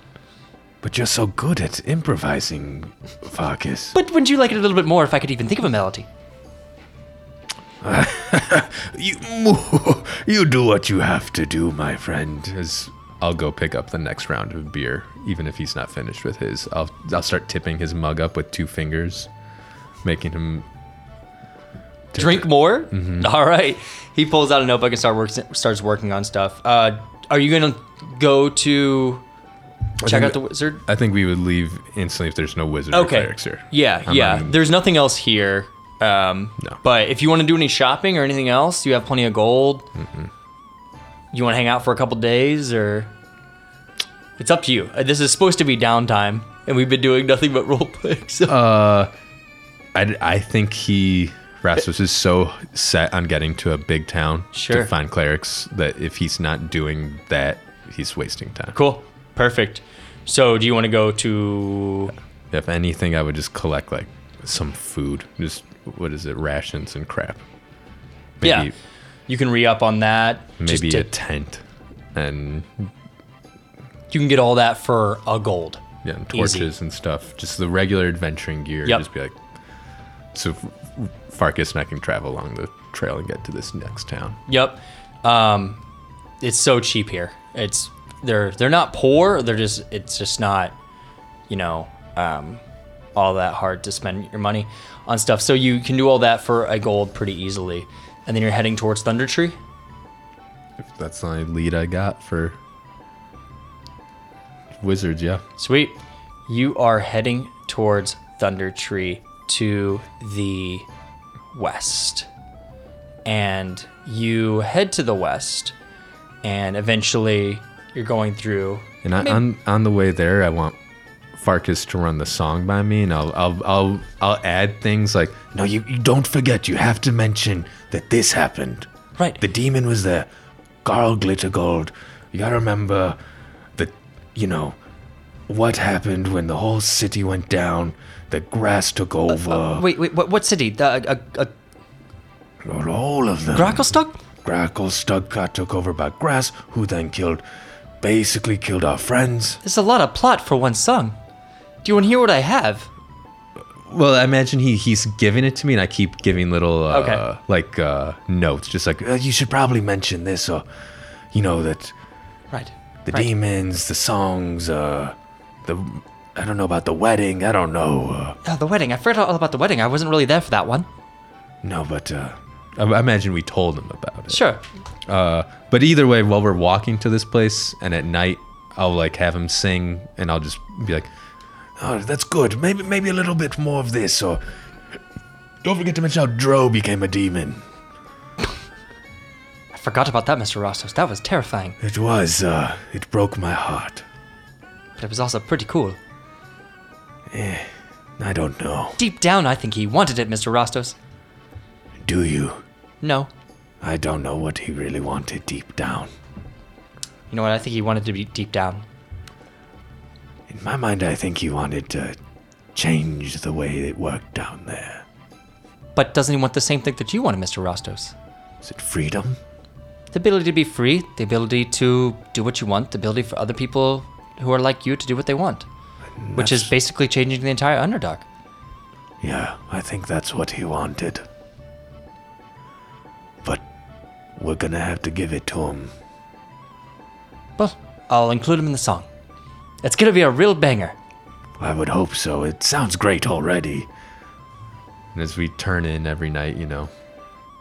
S5: But you're so good at improvising, Farkas.
S7: But would you like it a little bit more if I could even think of a melody?
S5: You, you do what you have to do, my friend.
S4: as I'll go pick up the next round of beer, even if he's not finished with his. I'll I'll start tipping his mug up with two fingers, making him
S7: Drink more. Mm-hmm. All right. He pulls out a notebook and start works, starts working on stuff. Uh, are you gonna go to check
S4: think-
S7: out the wizard?
S4: I think we would leave instantly if there's no wizard or
S7: Okay.
S4: clerics here.
S7: Yeah,
S4: I'm
S7: yeah.
S4: not even-
S7: There's nothing else here. Um,
S4: No.
S7: But if you want to do any shopping or anything else, you have plenty of gold. You want to hang out for a couple days, or it's up to you. Uh, This is supposed to be downtime, and we've been doing nothing but role play. So
S4: Oh. I, I think he Rasmus is so set on getting to a big town
S7: Sure.
S4: to find clerics that if he's not doing that, he's wasting time.
S7: cool, perfect. So, do you want to go to?
S4: If anything, I would just collect like some food, just what is it, rations and crap.
S7: yeah, you can re up on that. Just
S4: maybe
S7: to-
S4: a tent and
S7: you can get all that for a gold.
S4: yeah, and
S7: Easy.
S4: torches and stuff. Just the regular adventuring gear.
S7: Yep.
S4: Just be like, so F- Farkas and I can travel along the trail and get to this next town.
S7: Yep. Um, it's so cheap here. It's they're they're not poor. They're just it's just not, you know, um, all that hard to spend your money on stuff. So you can do all that for a gold pretty easily, and then you're heading towards Thunder Tree.
S4: If that's the only lead I got for wizards. Yeah.
S7: Sweet. You are heading towards Thunder Tree to the west. And you head to the west, and eventually you're going through.
S4: And I, on on the way there, I want Farkas to run the song by me, and I'll I'll I'll, I'll add things like
S5: No, you, you don't forget. You have to mention that this happened.
S7: Right.
S5: The demon was there. Garl Glittergold. You gotta remember that, you know, what happened when the whole city went down. The grass took over.
S7: Wait, wait, what, what city? The, uh, uh, uh,
S5: Well, all of them.
S7: Gracklestock?
S5: Grackle Stug got took over by grass, who then killed, basically killed our friends.
S7: There's a lot of plot for one song. Do you want to hear what I have?
S4: Well, I imagine he he's giving it to me, and I keep giving little uh,
S7: Okay.
S4: like uh, notes, just like
S5: Uh, you should probably mention this, or, you know, that
S7: Right.
S5: the
S7: Right.
S5: demons, the songs, uh, the I don't know about the wedding. I don't know. Uh,
S7: Oh, the wedding. I forgot all about the wedding. I wasn't really there for that one.
S5: no, but uh,
S4: I, I imagine we told him about it.
S7: Sure.
S4: Uh, but either way, while we're walking to this place, and at night, I'll like have him sing, and I'll just be like,
S5: oh, that's good. Maybe maybe a little bit more of this, or don't forget to mention how Dro became a demon.
S7: I forgot about that, Mr. Rostos. That was terrifying,
S5: It was. Uh, it broke my heart.
S7: but it was also pretty cool.
S5: I don't know.
S7: Deep down, I think he wanted it, Mr. Rostos.
S5: Do you?
S7: No.
S5: I don't know what he really wanted deep down.
S7: You know what? I think he wanted to be deep down.
S5: In my mind, I think he wanted to change the way it worked down there.
S7: But doesn't he want the same thing that you wanted, Mr. Rostos?
S5: Is it freedom?
S7: The ability to be free, the ability to do what you want, the ability for other people who are like you to do what they want, which is basically changing the entire underdog.
S5: Yeah, I think that's what he wanted. But we're gonna have to give it to him.
S7: Well, I'll include him in the song. It's gonna be a real banger.
S5: I would hope so. It sounds great already.
S4: and as we turn in every night, you know,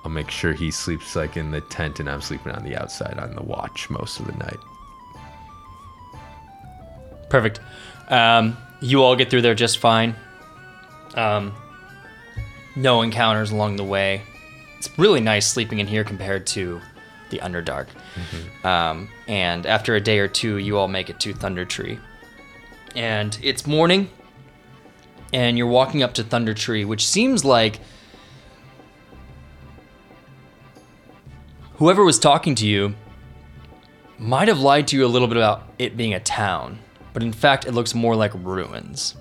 S4: I'll make sure he sleeps like in the tent, and I'm sleeping on the outside on the watch most of the night.
S7: Perfect. Um, you all get through there just fine. Um, no encounters along the way. It's really nice sleeping in here compared to the Underdark. Um, and after a day or two, you all make it to Thunder Tree. And it's morning, and you're walking up to Thunder Tree, which seems like whoever was talking to you might have lied to you a little bit about it being a town, but in fact, it looks more like ruins,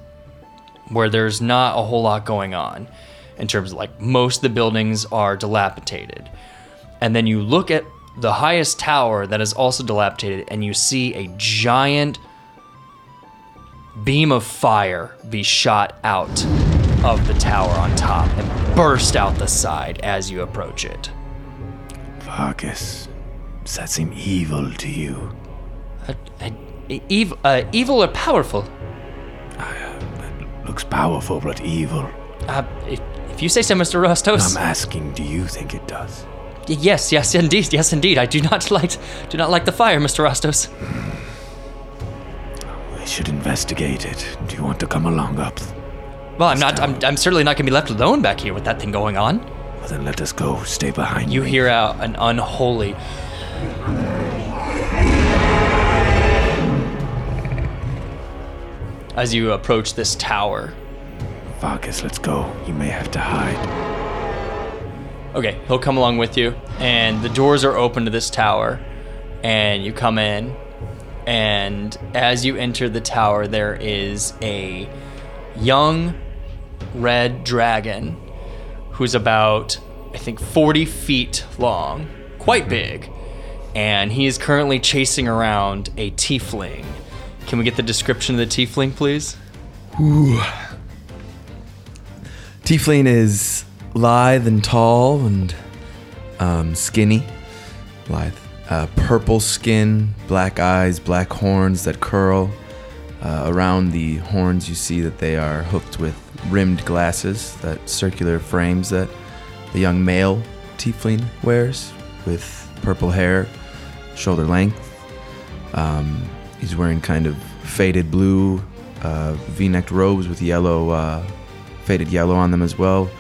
S7: where there's not a whole lot going on in terms of like most of the buildings are dilapidated. And then you look at the highest tower that is also dilapidated, and you see a giant beam of fire be shot out of the tower on top and burst out the side as you approach it.
S5: Fargus, does that seem evil to you?
S7: Evil, uh, evil or powerful?
S5: Looks powerful but evil.
S7: Uh, if, if you say so, Mr. Rostos.
S5: I'm asking, do you think it does?
S7: Y- yes, yes, indeed, yes, indeed. I do not like, do not like the fire, Mr. Rostos.
S5: We should investigate it. Do you want to come along up?
S7: Well, I'm not. I'm, I'm certainly not going to be left alone back here with that thing going on.
S5: Well, then let us go. Stay behind
S7: You
S5: me.
S7: hear out an unholy. As you approach this tower.
S5: Farkas, let's go. You may have to hide.
S7: Okay, he'll come along with you, and the doors are open to this tower, and you come in, and as you enter the tower, there is a young red dragon who's about, I think, 40 feet long, quite big, and he is currently chasing around a tiefling. Can we get the description of the tiefling, please?
S9: Tiefling is lithe and tall and um, skinny. Lithe. Uh, purple skin, black eyes, black horns that curl. Uh, around the horns, you see that they are hooked with rimmed glasses, that circular frames that the young male tiefling wears, with purple hair, shoulder length. Um, he's wearing kind of faded blue uh, v-necked robes with yellow, uh, faded yellow on them as well.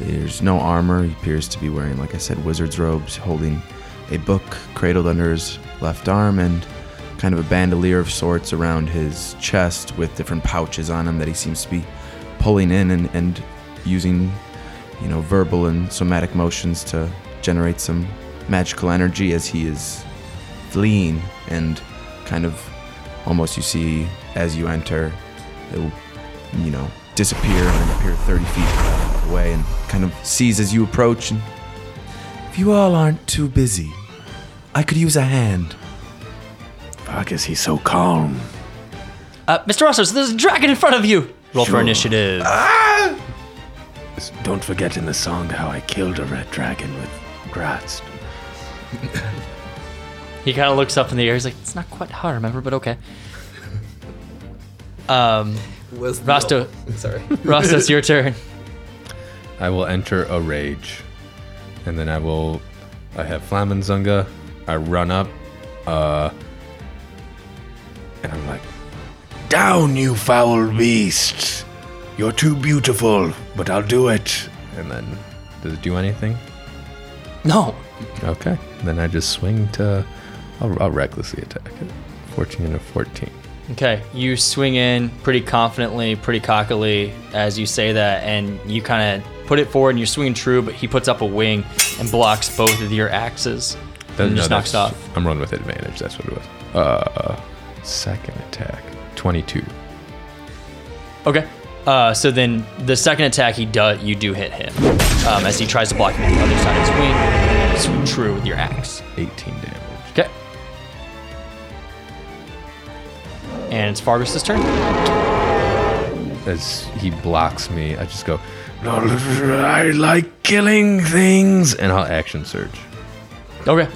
S9: There's no armor. He appears to be wearing, like I said, wizard's robes, holding a book cradled under his left arm and kind of a bandolier of sorts around his chest with different pouches on him that he seems to be pulling in and, and using, you know, verbal and somatic motions to generate some magical energy as he is fleeing and kind of almost you see as you enter it'll you know disappear and appear 30 feet away and kind of sees as you approach and if you all aren't too busy i could use a hand
S5: Farkas, he's so calm.
S7: Uh, Mr. Rostos, there's a dragon in front of you! Roll for initiative.
S5: Don't forget in the song how I killed a red dragon with Gratz.
S7: He kind of looks up in the air. He's like, it's not quite how I remember, but okay. Um,
S9: was
S7: Rasta,
S9: sorry
S7: Rasta, it's your turn.
S4: I will enter a rage. And then I will. I have Flamenzunga. I run up. Uh. And I'm like,
S5: Down, you foul beast! You're too beautiful, but I'll do it.
S4: and then. Does it do anything?
S7: No.
S4: Okay. Then I just swing to. I'll, I'll recklessly attack it. 14 and a 14.
S7: Okay, you swing in pretty confidently, pretty cockily as you say that, and you kind of put it forward, and you're swinging true, but he puts up a wing and blocks both of your axes.
S4: That-
S7: and
S4: no,
S7: just knocks
S4: that's-
S7: off.
S4: I'm running with advantage. That's what it was. Uh, second attack, 22.
S7: Okay. Uh, so then the second attack he does, you do hit him um, as he tries to block you with the other side of his wing, and you swing true with your axe.
S4: 18 damage.
S7: Okay. And it's Fargus' turn.
S4: As he blocks me, I just go,
S5: I like killing things.
S4: and I'll action surge
S7: Okay.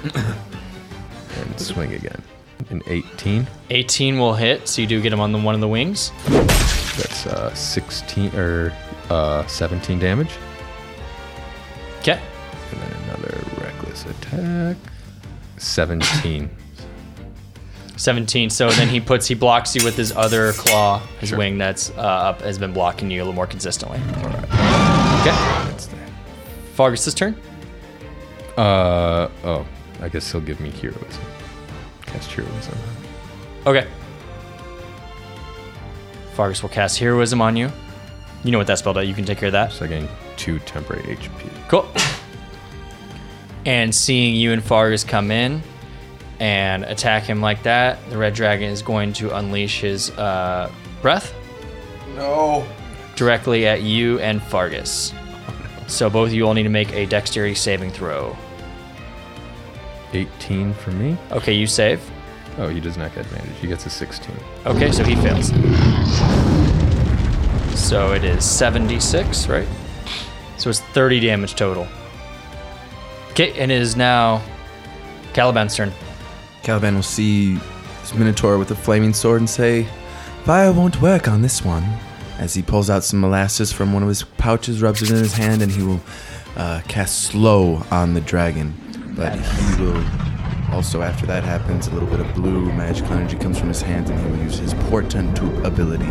S4: and swing again. An 18.
S7: 18 will hit, so you do get him on the one of the wings.
S4: That's uh, 16 or uh, 17 damage.
S7: Okay.
S4: And then another reckless attack. 17.
S7: 17. So then he puts, he blocks you with his other claw, his
S4: Sure.
S7: wing that's uh, up, has been blocking you a little more consistently. Okay.
S4: That's that.
S7: Fargus' turn.
S4: Uh, oh, I guess he'll give me heroism. Cast heroism.
S7: Okay. Fargus will cast heroism on you. You know what that spell does. You can take care of that.
S4: So I gain 2 temporary HP.
S7: Cool. And seeing you and Fargus come in and attack him like that, the red dragon is going to unleash his uh, breath. No. Directly at you and Fargus. So both of you all need to make a dexterity saving throw.
S4: 18 for me.
S7: Okay, you save.
S4: Oh, he does not get advantage. He gets a 16.
S7: Okay, so he fails. So it is 76, right? So it's 30 damage total. Okay, and it is now Caliban's turn.
S9: caliban will see this minotaur with a flaming sword and say, Fire won't work on this one. As he pulls out some molasses from one of his pouches, rubs it in his hand, and he will uh, cast slow on the dragon. But he will also, after that happens, a little bit of blue magical energy comes from his hands, and he will use his portent to- ability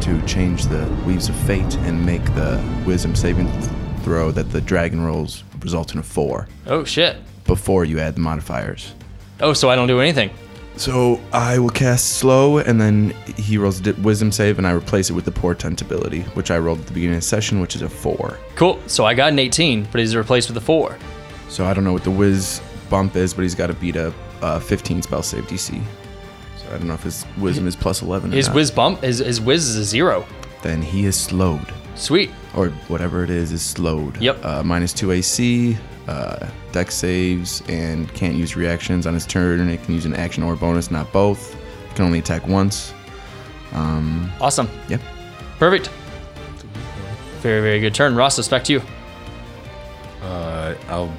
S9: to change the Weaves of Fate and make the Wisdom saving th- throw that the dragon rolls result in a four
S7: Oh shit.
S9: before you add the modifiers.
S7: Oh, so I don't do anything.
S9: So I will cast slow, and then he rolls a di- wisdom save, and I replace it with the portent ability, which I rolled at the beginning of the session, which is a four.
S7: Cool. So I got an 18, but he's replaced with a four.
S9: So I don't know what the whiz bump is, but he's got to beat a uh, 15 spell save DC. So I don't know if his wisdom is plus 11. Or
S7: His
S9: not.
S7: whiz bump, his his whiz is a zero.
S9: Then he is slowed,
S7: Sweet.
S9: or whatever it is, is slowed.
S7: Yep.
S9: Uh, minus two AC, uh, deck saves, and can't use reactions on his turn. It can use an action or a bonus, not both. It can only attack once.
S7: Awesome.
S9: Yep.
S7: Perfect. Very very good turn, Ross. It's back to you.
S4: Uh, I'll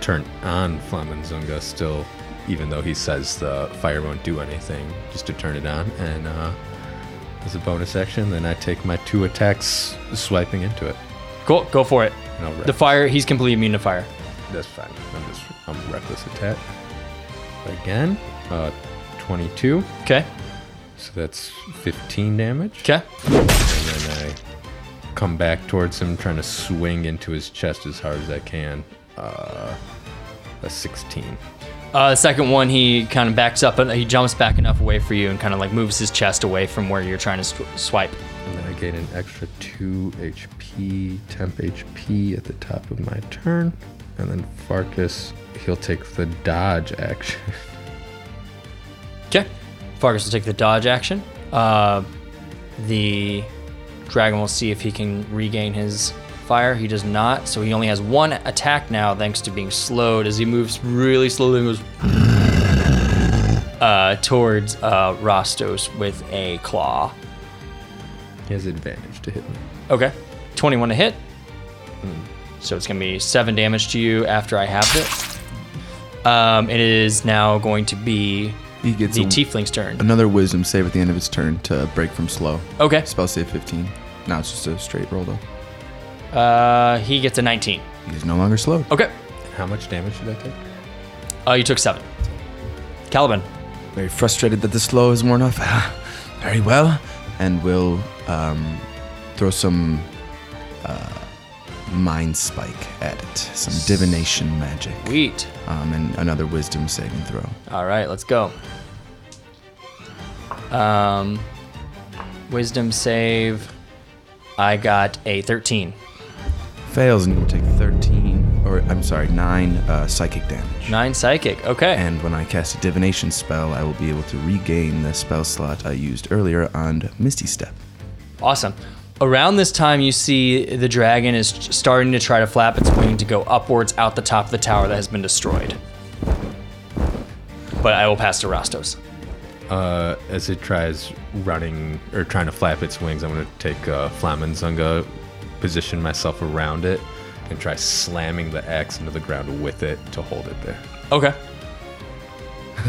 S4: turn on Flamenzunga still, even though he says the fire won't do anything, just to turn it on. And uh, as a bonus action, then I take my two attacks swiping into it.
S7: Cool. Go for it.
S4: And I'll
S7: The fire. He's completely immune to fire.
S4: That's fine. I'm just I'm reckless attack. Again, uh, 22.
S7: Okay.
S4: So that's 15 damage.
S7: Okay.
S4: And then I come back towards him, trying to swing into his chest as hard as I can. Uh, a 16.
S7: Uh, the second one, he kind of backs up. and He jumps back enough away for you and kind of like moves his chest away from where you're trying to sw- swipe.
S4: And then I gain an extra 2 HP, temp HP at the top of my turn. And then Farkas, he'll take the dodge action.
S7: Okay. Fargus will take the dodge action. Uh, the dragon will see if he can regain his fire. He does not, so he only has one attack now, thanks to being slowed. As he moves really slowly, and goes uh, towards uh, Rostos with a claw.
S4: He has advantage to hit me.
S7: Okay, 21 to hit. Hmm. So it's gonna be seven damage to you after I halved it. Um, it is now going to be
S9: He gets
S7: the
S9: a-
S7: tiefling's turn.
S9: another wisdom save at the end of his turn to break from slow.
S7: Okay.
S9: Spell save 15. Now it's just a straight roll though.
S7: Uh, he gets a 19.
S9: He is no longer slowed.
S7: Okay.
S4: How much damage did I take?
S7: Uh, you took seven. Caliban.
S9: Very frustrated that the slow is worn off. Ah, Very well. And will um, throw some uh, mind spike at it. Some divination magic.
S7: Sweet.
S9: Um, and another wisdom saving throw.
S7: All right, let's go. Um, wisdom save. I got a 13.
S9: Fails and will take 13, or I'm sorry, 9 uh, psychic damage.
S7: Nine psychic. Okay.
S9: And when I cast a divination spell, I will be able to regain the spell slot I used earlier on Misty Step.
S7: Awesome. Around this time, you see the dragon is starting to try to flap its wing to go upwards out the top of the tower that has been destroyed. But I will pass to Rostos.
S4: Uh, as it tries running or trying to flap its wings, I'm going to take uh, Flamenzunga, position myself around it, and try slamming the axe into the ground with it to hold it there.
S7: Okay.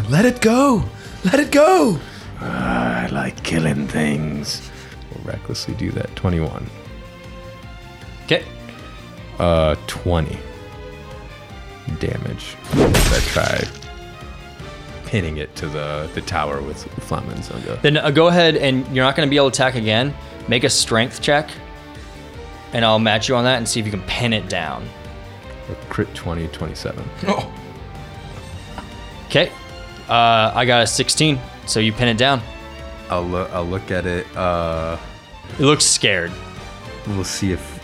S9: Let it go! Let it go!
S5: I like killing things.
S4: We'll recklessly do that. 21.
S7: Okay.
S4: Uh, 20 damage. As I try pinning it to the, the tower with Flamenzunga.
S7: Then uh, go ahead and you're not going to be able to attack again. Make a strength check, and I'll match you on that and see if you can pin it down.
S4: A Crit 20, 27.
S7: Okay. Uh, I got a 16, so you pin it down.
S4: I'll, loo- I'll look at it. Uh,
S7: It looks scared.
S4: We'll see if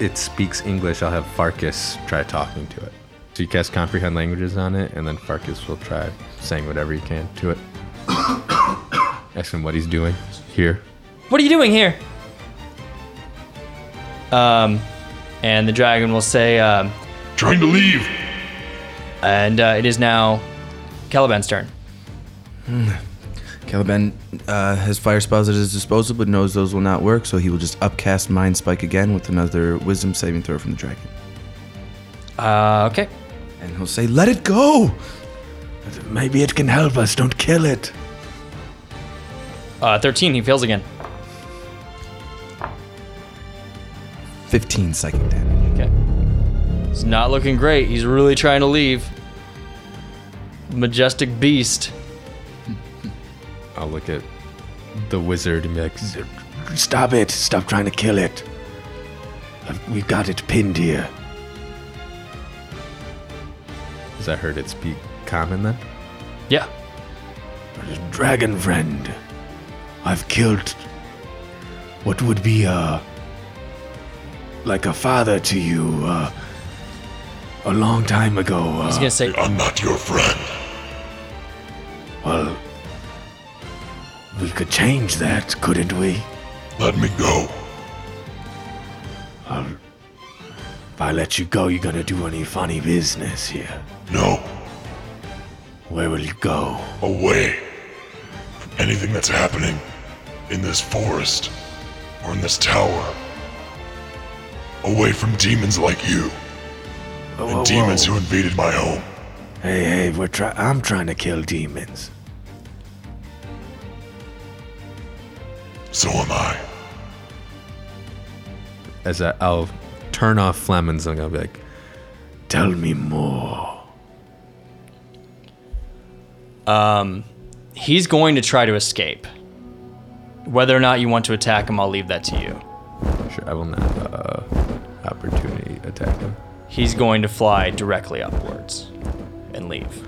S4: it speaks English. I'll have Farkas try talking to it. So you cast comprehend languages on it, and then Farkas will try saying whatever he can to it. Ask him what he's doing here.
S7: What are you doing here? Um, and the dragon will say, um,
S10: Trying to leave.
S7: and uh, it is now Caliban's turn.
S9: Caliban uh, has fire spells at his disposal, but knows those will not work, so he will just upcast Mind Spike again with another Wisdom saving throw from the dragon.
S7: Uh, okay.
S9: And he'll say, Let it go!
S5: Maybe it can help us. Don't kill it.
S7: Uh, 13, he fails again.
S11: 15 psychic damage.
S7: Okay. He's not looking great. He's really trying to leave. Majestic beast.
S4: I'll look at the wizard and be like, "Z-
S5: Stop it. Stop trying to kill it. I've- We've got it pinned here.
S4: "Does that hurt its beak common then?
S7: Yeah.
S5: Dragon friend, I've killed what would be a like a father to you uh, a long time ago.
S7: He's
S5: Uh,
S7: gonna say
S1: I'm not your friend.
S5: well, we could change that, couldn't we?
S1: Let me go.
S5: Um, If I let you go, you're gonna do any funny business here.
S1: No,
S5: Where will you go?
S1: away from anything that's happening in this forest or in this tower. Away from demons like you
S5: Whoa,
S1: and
S5: whoa,
S1: demons
S5: whoa.
S1: who invaded my home.
S5: Hey, hey, we're try- I'm trying to kill demons.
S1: So am I.
S4: As I, I'll turn off Flemons and I'll be like,
S5: Tell me more.
S7: he's going to try to escape. Whether or not you want to attack him, I'll leave that to you.
S4: sure, I will not uh, opportunity attack him.
S7: He's going to fly directly upwards and leave.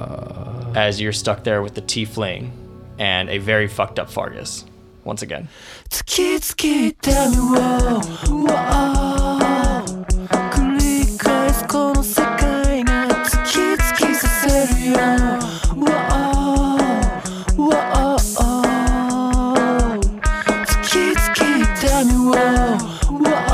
S7: Uh, As you're stuck there with the tiefling and a very fucked up Fargus. Once again.
S9: 「